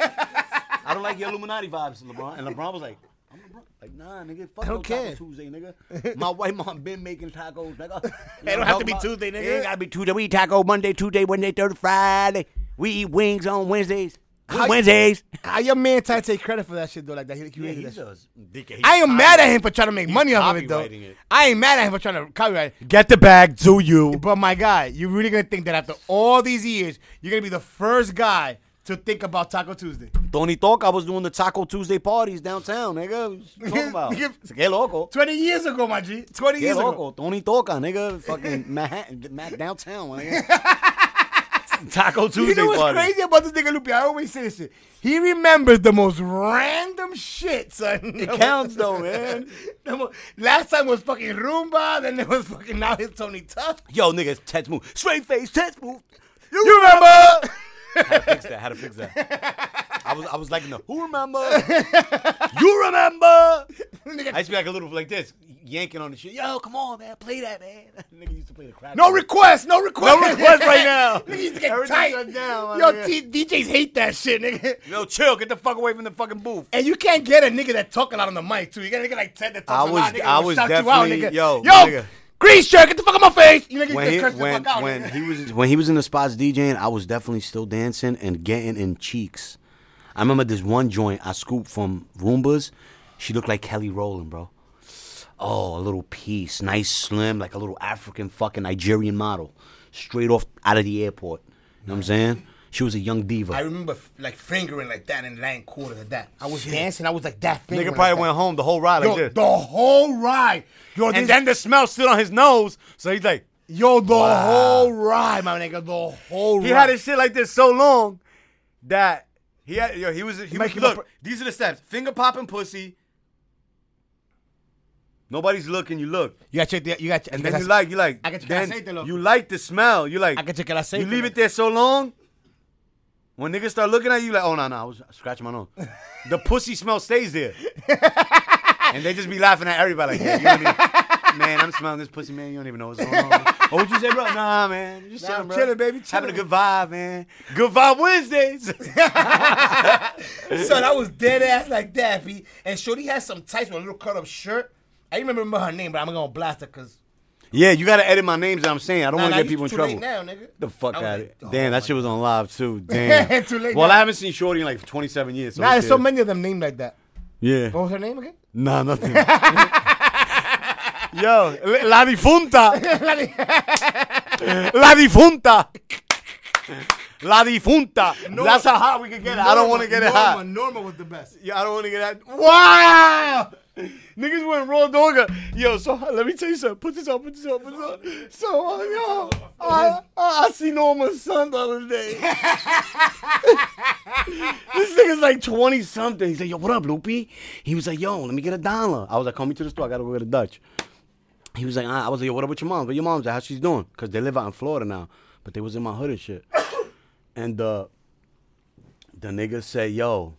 S1: I don't like your Illuminati vibes, LeBron. And LeBron was like, I'm from Brooklyn. Like, nah, nigga, fuck
S3: don't
S1: no
S3: care.
S1: Taco Tuesday, nigga. My white mom been making tacos, nigga.
S3: It don't have to be Tuesday,
S1: It
S3: nigga.
S1: ain't gotta be Tuesday. We eat taco Monday, Tuesday, Wednesday, Thursday, Friday. We eat wings on Wednesdays. We
S3: How-
S1: Wednesdays.
S3: How Ah, your man trying to take credit for that shit though? Like that he
S1: Yeah,
S3: created
S1: he's
S3: that. Shit.
S1: a dickhead.
S3: I ain't mad at him for trying to make money off of it though.
S1: copywriting it.
S3: I ain't mad at him for trying to copyright. it.
S1: Get the bag, do you?
S3: But my guy, you really gonna think that after all these years, you're gonna be the first guy to think about Taco Tuesday?
S1: Tony thought I was doing the Taco Tuesday parties downtown, nigga. What you talking about? Se que loco.
S3: Twenty years ago, my G. Twenty
S1: Que
S3: years ago.
S1: loco. Tony Toca, nigga. Fucking Manhattan, Mac downtown, nigga. Taco Tuesday
S3: You know what's
S1: party.
S3: crazy about this nigga Lupe? I always say this shit. He remembers the most random shit, son.
S1: It counts though, man.
S3: The mo- Last time was fucking Roomba, then it was fucking now it's Tony Tuck.
S1: Yo, niggas, tense move. Straight face, tense move.
S3: You, remember?
S1: How to fix that? How to fix that? I was I was like, no, who remember? you remember? I used to be like a little like this, yanking on the shit. Yo, come on, man, play that, man. Nigga used to play the crap.
S3: no request, no request,
S1: No request right now.
S3: nigga used to get
S1: Everything
S3: tight.
S1: shut down, my
S3: Yo,
S1: nigga.
S3: T- DJs hate that shit, nigga.
S1: Yo, chill. Get the fuck away from the fucking booth.
S3: And you can't get a nigga that talk a lot on the mic too. You got a nigga like Ted that talks
S1: I
S3: a lot.
S1: was-
S3: Nigga,
S1: I
S3: will
S1: was
S3: shout you out,
S1: definitely-
S3: nigga.
S1: yo,
S3: yo,
S1: nigga.
S3: grease shirt, get the fuck off my face. You nigga,
S1: When
S3: you
S1: he,
S3: curse
S1: when,
S3: the fuck out.
S1: when
S3: nigga.
S1: he was when he was in the spots DJing, I was definitely still dancing and getting in cheeks. I remember this one joint I scooped from Roombas. She looked like Kelly Rowland, bro. Oh, a little piece, nice slim, like a little African fucking Nigerian model, straight off out of the airport. You know what I'm saying? She was a young diva.
S3: I remember f- like fingering like that and laying quarters like that. I was dancing. I was like that. Fingering
S1: Nigga probably
S3: like
S1: went home the whole ride
S3: that.
S1: like
S3: Yo,
S1: this.
S3: the whole ride. Yo, this,
S1: And then the smell stood on his nose, so he's like,
S3: yo, the whole ride, my nigga. The whole ride.
S1: He had his shit like this so long that he had yo, he was he was,
S3: Make him a
S1: look.
S3: pro-
S1: these are the steps: finger popping, pussy. Nobody's looking. You look,
S3: You got check. the- You got.
S1: and then you like you like.
S3: I can check
S1: then
S3: aceite, loco.
S1: you like the smell. You like.
S3: I can check el aceite,
S1: You leave it
S3: loco.
S1: there so long. When niggas start looking at you, like, oh no no, I was scratching my nose. the pussy smell stays there, and they just be laughing at everybody like, yeah, you know what I mean? man, I'm smelling this pussy, man. You don't even know what's going on. what would you say, bro? Nah, man, just
S3: Nah,
S1: chilling,
S3: I'm
S1: bro.
S3: chilling, baby,
S1: Having a
S3: chilling.
S1: good vibe, man. Good vibe Wednesdays.
S3: Son, I was dead ass like that, B. And Shorty had some tights with a little cut up shirt. I even remember her name, but I'm gonna blast her because
S1: yeah, you gotta edit my names. that I'm saying I don't want to get people in
S3: too
S1: trouble.
S3: Late now, nigga.
S1: The fuck
S3: I was
S1: out of
S3: like,
S1: it.
S3: oh,
S1: Damn, that
S3: my
S1: shit was on live too. Damn.
S3: Too late
S1: well,
S3: now.
S1: I haven't seen Shorty in like 27 years. So
S3: Nah,
S1: who
S3: there's so
S1: cares?
S3: many Oh. of them named like that.
S1: Yeah.
S3: What was her name again?
S1: Nah, nothing. Yo, la difunta. la difunta. La difunta. That's how hot we could get it. I don't want to get it hot.
S3: Norma was the best.
S1: Yeah, I don't want to get out. Wow! Niggas went raw dogger. Yo, so let me tell you something. Put this on, put this on, put this on. So, uh, yo, I, I, I seen Norman's son the other day. this nigga's like 20 something. He's like, yo, what up, Loopy? He was like, yo, let me get a dollar. I was like, call me to the store. I got to go get a Dutch. He was like, ah. I was like, yo, what up with your mom? What your mom's at? How she's doing? Because they live out in Florida now. But they was in my hood and shit. and uh, the nigga said, yo,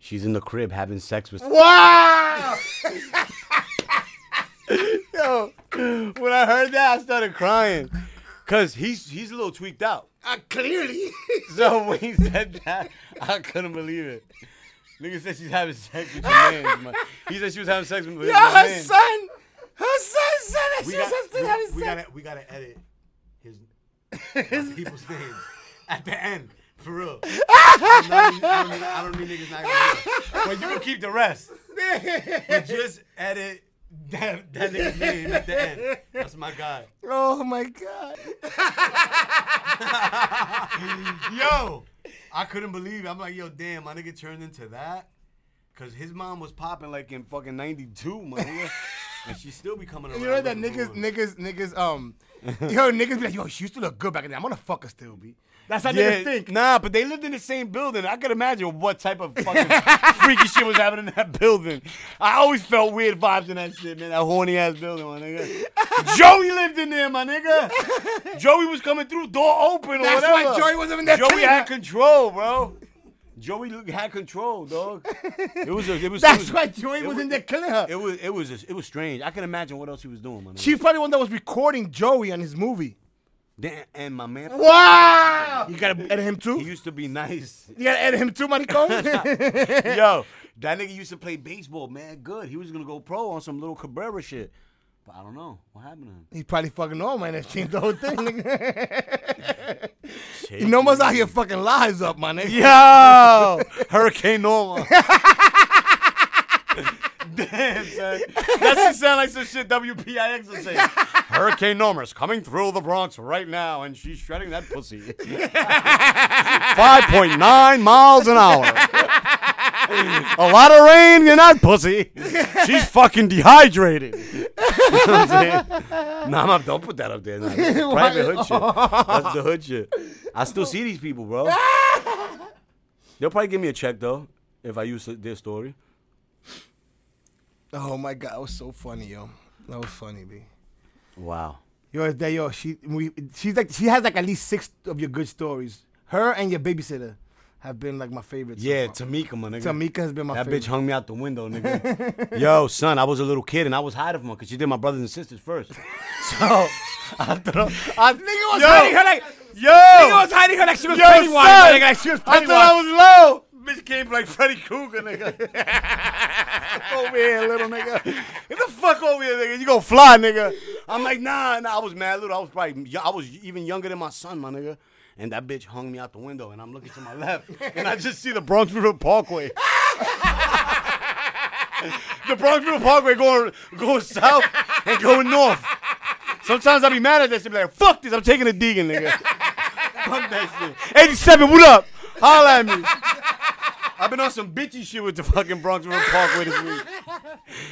S1: She's in the crib having sex with.
S3: Wow!
S1: Yo, when I heard that, I started crying, cause he's he's a little tweaked out.
S3: uh, clearly.
S1: So when he said that, I couldn't believe it. Nigga said she's having sex with your man. man. He said she was having sex with his
S3: yeah, her
S1: man.
S3: son. Her son said that
S1: We
S3: she
S1: got-
S3: was still having
S1: we
S3: sex.
S1: gotta we gotta edit his, his people's names at the end for real. I'm not even- I, don't, need- I don't need niggas not gonna do it. But you can keep the rest. But just edit that, that nigga's name at the end. That's my guy.
S3: Oh my god.
S1: Yo, I couldn't believe. It. I'm like, yo, damn, my nigga turned into that. Cause his mom was popping like in fucking '92, my nigga, and she's still be coming around.
S3: You know that
S1: looking
S3: niggas,
S1: good.
S3: niggas, niggas, um, yo, niggas be like, yo, she used to look good back in the day. I'm gonna fuck her still, B. That's how niggas think.
S1: Nah, but they lived in the same building. I could imagine what type of fucking freaky shit was happening in that building. I always felt weird vibes in that shit, man. That horny ass building, my nigga. Joey lived in there, my nigga. Joey was coming through, door open or
S3: That's
S1: whatever.
S3: why Joey wasn't in that
S1: Joey
S3: clean.
S1: had control, bro. Joey look- had control, dog. It was. A, it was. it
S3: That's
S1: was,
S3: why Joey was,
S1: was-
S3: in there killing her.
S1: It was. It was. It was strange. I can imagine what else he was doing, my nigga.
S3: She's probably one that was recording Joey on his movie.
S1: Damn, and my man.
S3: Wow! You gotta edit him
S1: He
S3: too?
S1: used to be nice.
S3: You gotta edit him too, Maricón?
S1: Yo, That nigga used to play baseball, man. Good. He was gonna go pro on some little Cabrera shit. But I don't know what happened to him.
S3: He's probably fucking old, man. That changed the whole thing. nigga.
S1: Shit.
S3: you know, must out here fucking lies up, my nigga.
S1: Yo, Hurricane Norma. Damn, son. That should sound like some shit WPIX would say. Hurricane Norma's coming through the Bronx right now, and she's shredding that pussy. 5.9 miles an hour. A lot of rain in that pussy. She's fucking dehydrated. you know what I'm saying? Nah, I'm- don't put that up there. Nah, that's private hood shit. That's the hood shit. I still see these people, bro. They'll probably give me a check though if I use their story.
S3: Oh my god, that was so funny, yo. That was funny, b.
S1: Wow.
S3: Yo, it's that yo. She we she's like she has like at least six of your good stories. Her and your babysitter have been like my favorites. so
S1: Yeah,
S3: far.
S1: Tamika, my nigga.
S3: Tamika has been my
S1: That
S3: favorite.
S1: bitch hung me out the window, nigga. Yo, son, I was a little kid and I was hiding from her because she did my brothers and sisters first. So I thought I,
S3: Nigga was
S1: Yo.
S3: hiding her like
S1: yo,
S3: nigga was hiding her like she was
S1: Yo,
S3: Pennywise.
S1: son.
S3: Nigga, like she was
S1: I
S3: Pennywise.
S1: thought I was low. Bitch came like Freddy Krueger, nigga. over here, little nigga. Get the fuck over here, nigga. You gonna fly, nigga. I'm like, nah, nah. I was mad little. I was probably, I was even younger than my son, my nigga. And that bitch hung me out the window, and I'm looking to my left, and I just see the Bronxville Parkway. the Bronxville Parkway going going south and going north. Sometimes I'll be mad at that shit. Be like, fuck this. I'm taking a Deegan, nigga. fuck that shit. 87, what up? Holla at me. I've been on some bitchy shit with the fucking Bronx River Parkway this week.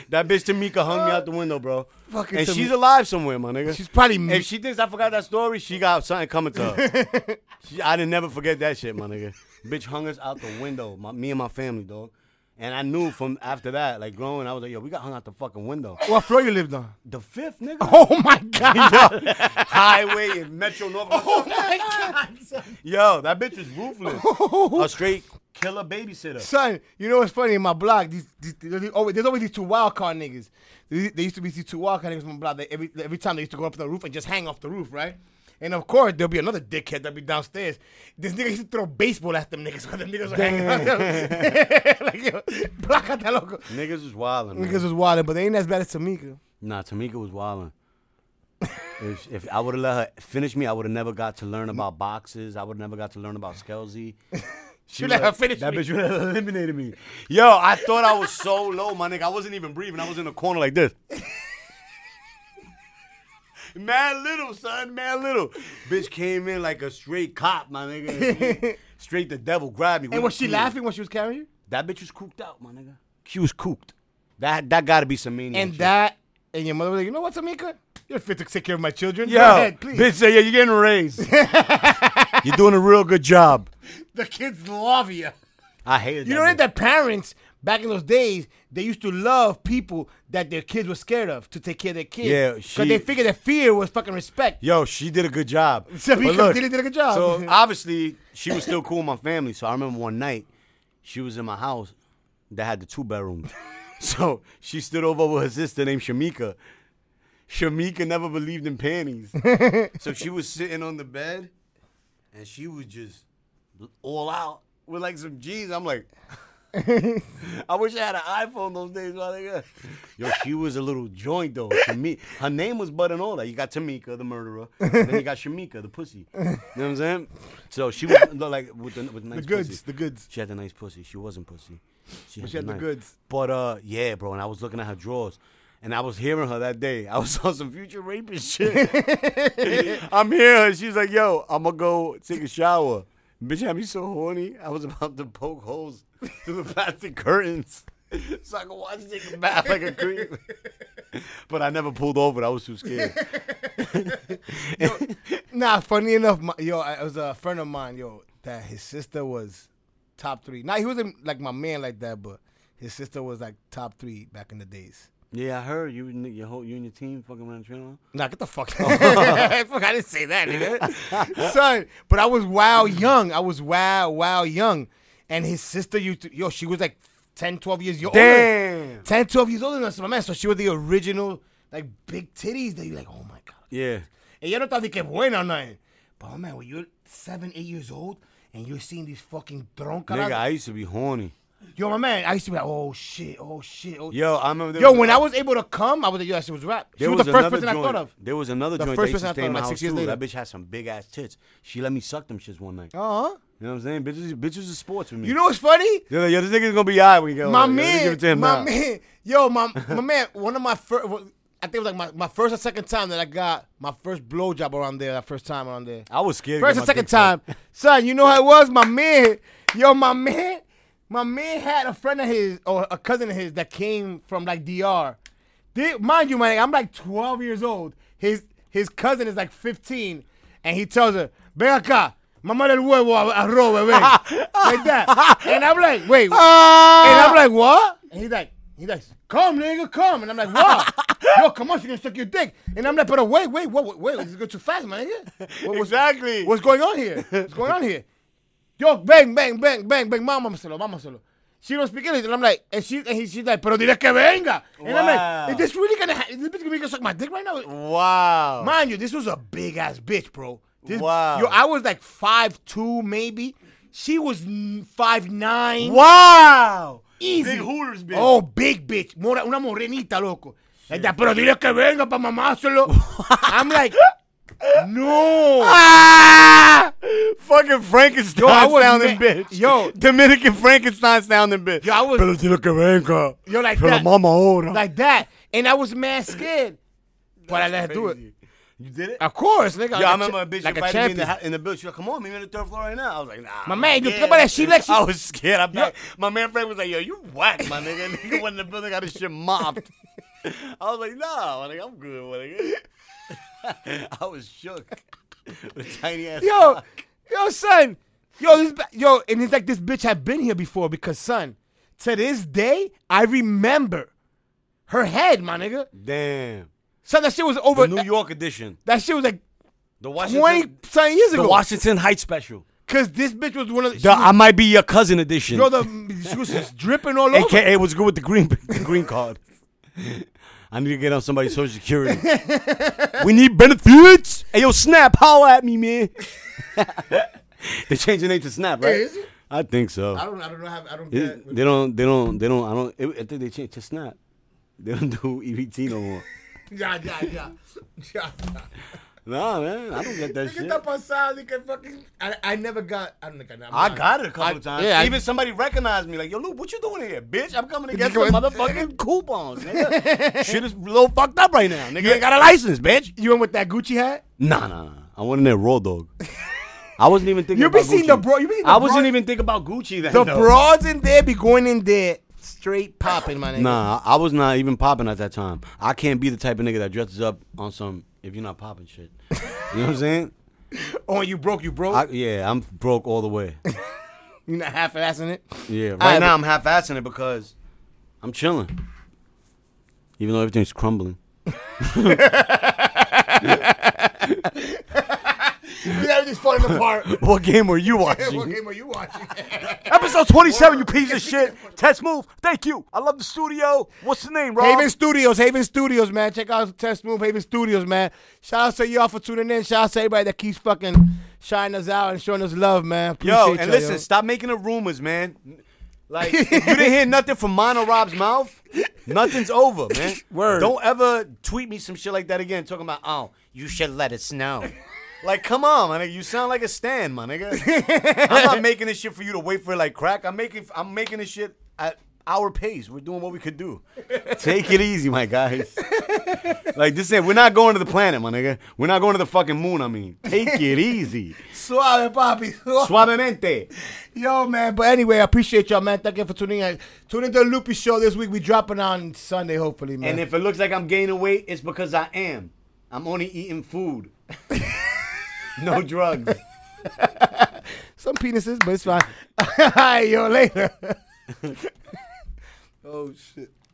S1: That bitch Tamika hung me out the window, bro.
S3: Fucking
S1: and
S3: Tamika.
S1: she's alive somewhere, my nigga.
S3: She's probably
S1: If she thinks I forgot that story, she got something coming to her. she, I didn't never forget that shit, my nigga. Bitch hung us out the window, my, me and my family, dog. And I knew from after that, like growing, I was like, yo, we got hung out the fucking window.
S3: what floor you lived on?
S1: The fifth, nigga.
S3: Oh my god.
S1: Yo, highway and Metro North. Oh my god. Yo, that bitch is ruthless. A straight killer babysitter.
S3: Son, you know what's funny? In my block, these, these, there's always- there's always these two wild card niggas. There there used to be these two wild card niggas in my block. They, every, every time they used to go up to the roof and just hang off the roof, right? And of course, there'll be another dickhead that'll be downstairs. This nigga used to throw baseball at them niggas while the niggas were hanging out. there. like, yo, block out that loco.
S1: Niggas was wildin'. man.
S3: Niggas was wilding, but they ain't as bad as Tamika.
S1: Nah, Tamika was wildin'. if, if I would have let her finish me, I would have never got to learn about boxes. I would never got to learn about Skelzy. She
S3: let her finish
S1: that
S3: me.
S1: bitch would have eliminated me. Yo, I thought I was so low, my nigga. I wasn't even breathing. I was in a corner like this. mad little, son, mad little. Bitch came in like a straight cop, my nigga. straight the devil grabbed me.
S3: And was she laughing when she was carrying you?
S1: That bitch was cooked out, my nigga. She was cooked. That that gotta be some mania.
S3: And
S1: shit.
S3: that, and your mother was like, you know what, Tamika? You're fit to take care of my children.
S1: Yo,
S3: Go ahead, please.
S1: bitch say, yeah, you're getting a raise. you're doing a real good job.
S3: The kids love you.
S1: I hated
S3: You
S1: that.
S3: know
S1: bitch.
S3: that parents back in those days they used to love people that their kids were scared of to take care of their kids.
S1: Yeah, she-
S3: because they figured that fear was fucking respect.
S1: Yo, she did a good job.
S3: So
S1: But
S3: he
S1: look,
S3: completely did a good job.
S1: So obviously, she was still cool with my family. So I remember one night, she was in my house that had the two bedrooms. So she stood over with her sister named Shamika. Shamika never believed in panties. so she was sitting on the bed and she was just all out with like some G's. I'm like, I wish I had an iPhone those days, my nigga. Yo, she was a little joint though. To me, her name was Bud and all that. You got Tamika, the murderer. then you got Shamika, the pussy. You know what I'm saying? So she was look like with the with nice
S3: the goods,
S1: pussy.
S3: the goods.
S1: She had the nice pussy. She wasn't pussy. She had,
S3: she had the
S1: nice-
S3: goods.
S1: But uh, yeah, bro. And I was looking at her drawers, and I was hearing her that day. I was on some future rapist shit. I'm here. She's like, "Yo, I'm gonna go take a shower." Bitch had me so horny. I was about to poke holes through the plastic curtains so I could watch her take a bath like a creep. but I never pulled over. I was too scared.
S3: Nah, funny enough, my, yo, I, it was a friend of mine, yo, that his sister was top three. Now he wasn't like my man like that, but his sister was like top three back in the days.
S1: yeah, I heard you. and Your whole you and your team fucking ran trailer.
S3: Nah, get the fuck. fuck I didn't say that, nigga. Son, but I was wow young. I was wow wow young, and his sister used to, yo, she was like 10, 12 years yo- older.
S1: Damn.
S3: 10, 12 years older than us, my man. So she was the original, like, big titties that you're like, oh my God.
S1: Yeah.
S3: And you don't think que buena or nothing. But, oh man, when you're seven, eight years old and you're seeing these fucking
S1: Nigga,
S3: droncadas.
S1: I used to be horny.
S3: Yo, my man, I used to be like, oh shit, oh shit, oh.
S1: Yo, I remember. there
S3: Yo,
S1: was-
S3: when I was able to come, I was like, yo, that shit was rap. She
S1: There
S3: was, the first
S1: another
S3: person I
S1: joint-
S3: thought of.
S1: There was another
S3: The
S1: joint that
S3: first
S1: used
S3: person I
S1: to stay
S3: thought
S1: in
S3: of,
S1: my
S3: like,
S1: house
S3: six years
S1: too.
S3: later.
S1: That bitch had some big ass tits. She let me suck them shits one night.
S3: Uh huh.
S1: You know what I'm saying? Bitches, bitches is sports with me.
S3: You know what's funny?
S1: They're like, yo, this nigga's gonna be alright when we go.
S3: my
S1: Yo, let me
S3: man,
S1: give it to him
S3: my
S1: now.
S3: man, yo, my my man. One of my first, I think it was like my, my first or second time that I got my first blowjob around there. That first time around there.
S1: I was scared. to
S3: First
S1: get
S3: and
S1: my
S3: second
S1: dick sucked.
S3: time, son. You know how it was, my man. Yo, my man, my man had a friend of his or a cousin of his that came from like DR. Did, mind you, man, I'm like 12 years old. His his cousin is like 15, and he tells her, "Ven acá, mamá del huevo a- arroz, bebé," like that. And I'm like, wait, and
S1: Oh.
S3: I'm like, what? And he's like, he's like, come, nigga, come. And I'm like, what? Yo, come on, she gonna suck your dick. And I'm like, but uh, wait, wait, wait, wait, wait, this is going too fast, my nigga. What, what's,
S1: Exactly.
S3: What's going on here? What's going on here? Yo, bang, bang, bang, bang, bang, mámaselo, mámaselo. She don't speak English, and I'm like, and she and he, she's like, pero dile que venga. And I'm
S1: Wow.
S3: like, is this really gonna, ha- is this bitch really gonna suck my dick right now?
S1: Wow.
S3: Mind you, this was a big ass bitch, bro. This,
S1: Wow.
S3: Yo, I was like five two maybe. She was five nine.
S1: wow.
S3: Easy.
S1: Big Hooters bitch.
S3: Oh, big bitch. Mora, una morenita, loco. Like that, pero dile que venga pa' mamárselo. I'm like, no.
S1: Ah! Fucking Frankenstein
S3: Yo, I was
S1: sounding
S3: ma-
S1: bitch.
S3: Yo.
S1: Dominican Frankenstein sounding bitch.
S3: Yo, I was-
S1: Pero si lo que venga.
S3: Yo, like
S1: Pero
S3: that.
S1: mama ahora.
S3: Like that. And I was mad scared. But I let her do it.
S1: You did it?
S3: Of course, nigga.
S1: Yo,
S3: like
S1: I
S3: a
S1: remember
S3: cha-
S1: a bitch
S3: like a
S1: invited me in the,
S3: champion.
S1: ha- in the building. She's like, come on, meet me on the third floor right now. I was like, nah.
S3: My
S1: I'm
S3: man, you
S1: scared.
S3: think about that shit like she-
S1: I was scared. I'm back. My man Frank was like, yo, you whack, my nigga. nigga went in the building, got his shit mopped. I was like, nah, my nigga, I'm good, my nigga. I was shook. With a tiny ass.
S3: Yo, yo, son. Yo, this, ba- yo, and it's like this bitch had been here before because, son, to this day, I remember her head, my nigga.
S1: Damn.
S3: Son, that shit was
S1: The
S3: over.
S1: New York edition.
S3: That shit was like
S1: The Washington.
S3: 20 something years
S1: The
S3: ago.
S1: Washington Heights special.
S3: Because this bitch was one of the. she
S1: The
S3: was-
S1: I might be your cousin edition.
S3: Yo, the she was just dripping all over.
S1: AKA what's good with the green the green card. I need to get on somebody's social security. we need benefits. Hey yo, Snap, holla at me, man. they changed the name to Snap, right?
S3: is it?
S1: I think so.
S3: I don't, I don't know. How, I don't.
S1: It- they don't. They don't. They don't. I don't. I think they changed to Snap. They don't do EBT no more.
S3: yeah, yeah, yeah. yeah.
S1: nah, man. I don't get that
S3: Nigga,
S1: shit.
S3: that pasado, nigga, fucking. I, I never got. I don't think I. I'm
S1: I
S3: not-
S1: got it a couple
S3: I-
S1: of times.
S3: yeah, I-
S1: Even somebody recognized me, like, yo, Luke, what you doing here? Bitch, I'm coming to get some motherfucking coupons, nigga. Shit is a little fucked up right now. Nigga ain't got a license, bitch.
S3: You went with that Gucci hat?
S1: Nah, nah, nah. I went in there raw dog. I wasn't even thinking
S3: You be
S1: about
S3: seeing
S1: Gucci.
S3: the bro- you be seeing the
S1: I wasn't
S3: bro-
S1: even thinking about Gucci then.
S3: The
S1: though.
S3: broads in there be going in there straight popping, my nigga.
S1: Nah, I was not even popping at that time. I can't be the type of nigga that dresses up on some if you're not popping shit. You know what I'm saying?
S3: Oh, you broke, you broke.
S1: I, yeah, I'm broke all the way.
S3: you not half assing it.
S1: Yeah, right
S3: Alright,
S1: now
S3: but-
S1: I'm half assing it because I'm chilling. Even though everything's crumbling.
S3: Everything's falling apart.
S1: What game were you
S3: what
S1: watching?
S3: game are you watching?
S1: Episode 27, you piece of shit. Test move. Thank you. I love the studio. What's the name, Rob?
S3: Haven Studios, Haven Studios, man. Check out Test Move, Haven Studios, man. Shout out to y'all for tuning in. Shout out to everybody that keeps fucking shining us out and showing us love, man. Appreciate
S1: Yo, and
S3: y'all,
S1: listen,
S3: yo.
S1: stop making the rumors, man. Like, if you didn't hear nothing from Mono Rob's mouth, nothing's over, man.
S3: Word.
S1: Don't ever tweet me some shit like that again, talking about, oh, you should let us know. Like, come on, my nigga. You sound like a stand, my nigga. I'm not making this shit for you to wait for like crack. I'm making I'm making this shit at our pace. We're doing what we could do. Take it easy, my guys. Like this ain't we're not going to the planet, my nigga. We're not going to the fucking moon, I mean. Take it easy.
S3: Suave, papi. Suave.
S1: Suavemente.
S3: Yo, man. But anyway, I appreciate y'all, man. Thank you for tuning in. Tune into the Loopy Show this week. We dropping on Sunday, hopefully, man.
S1: And if it looks like I'm gaining weight, it's because I am. I'm only eating food. no drugs.
S3: Some penises, but it's fine. All right, yo, later. oh, shit.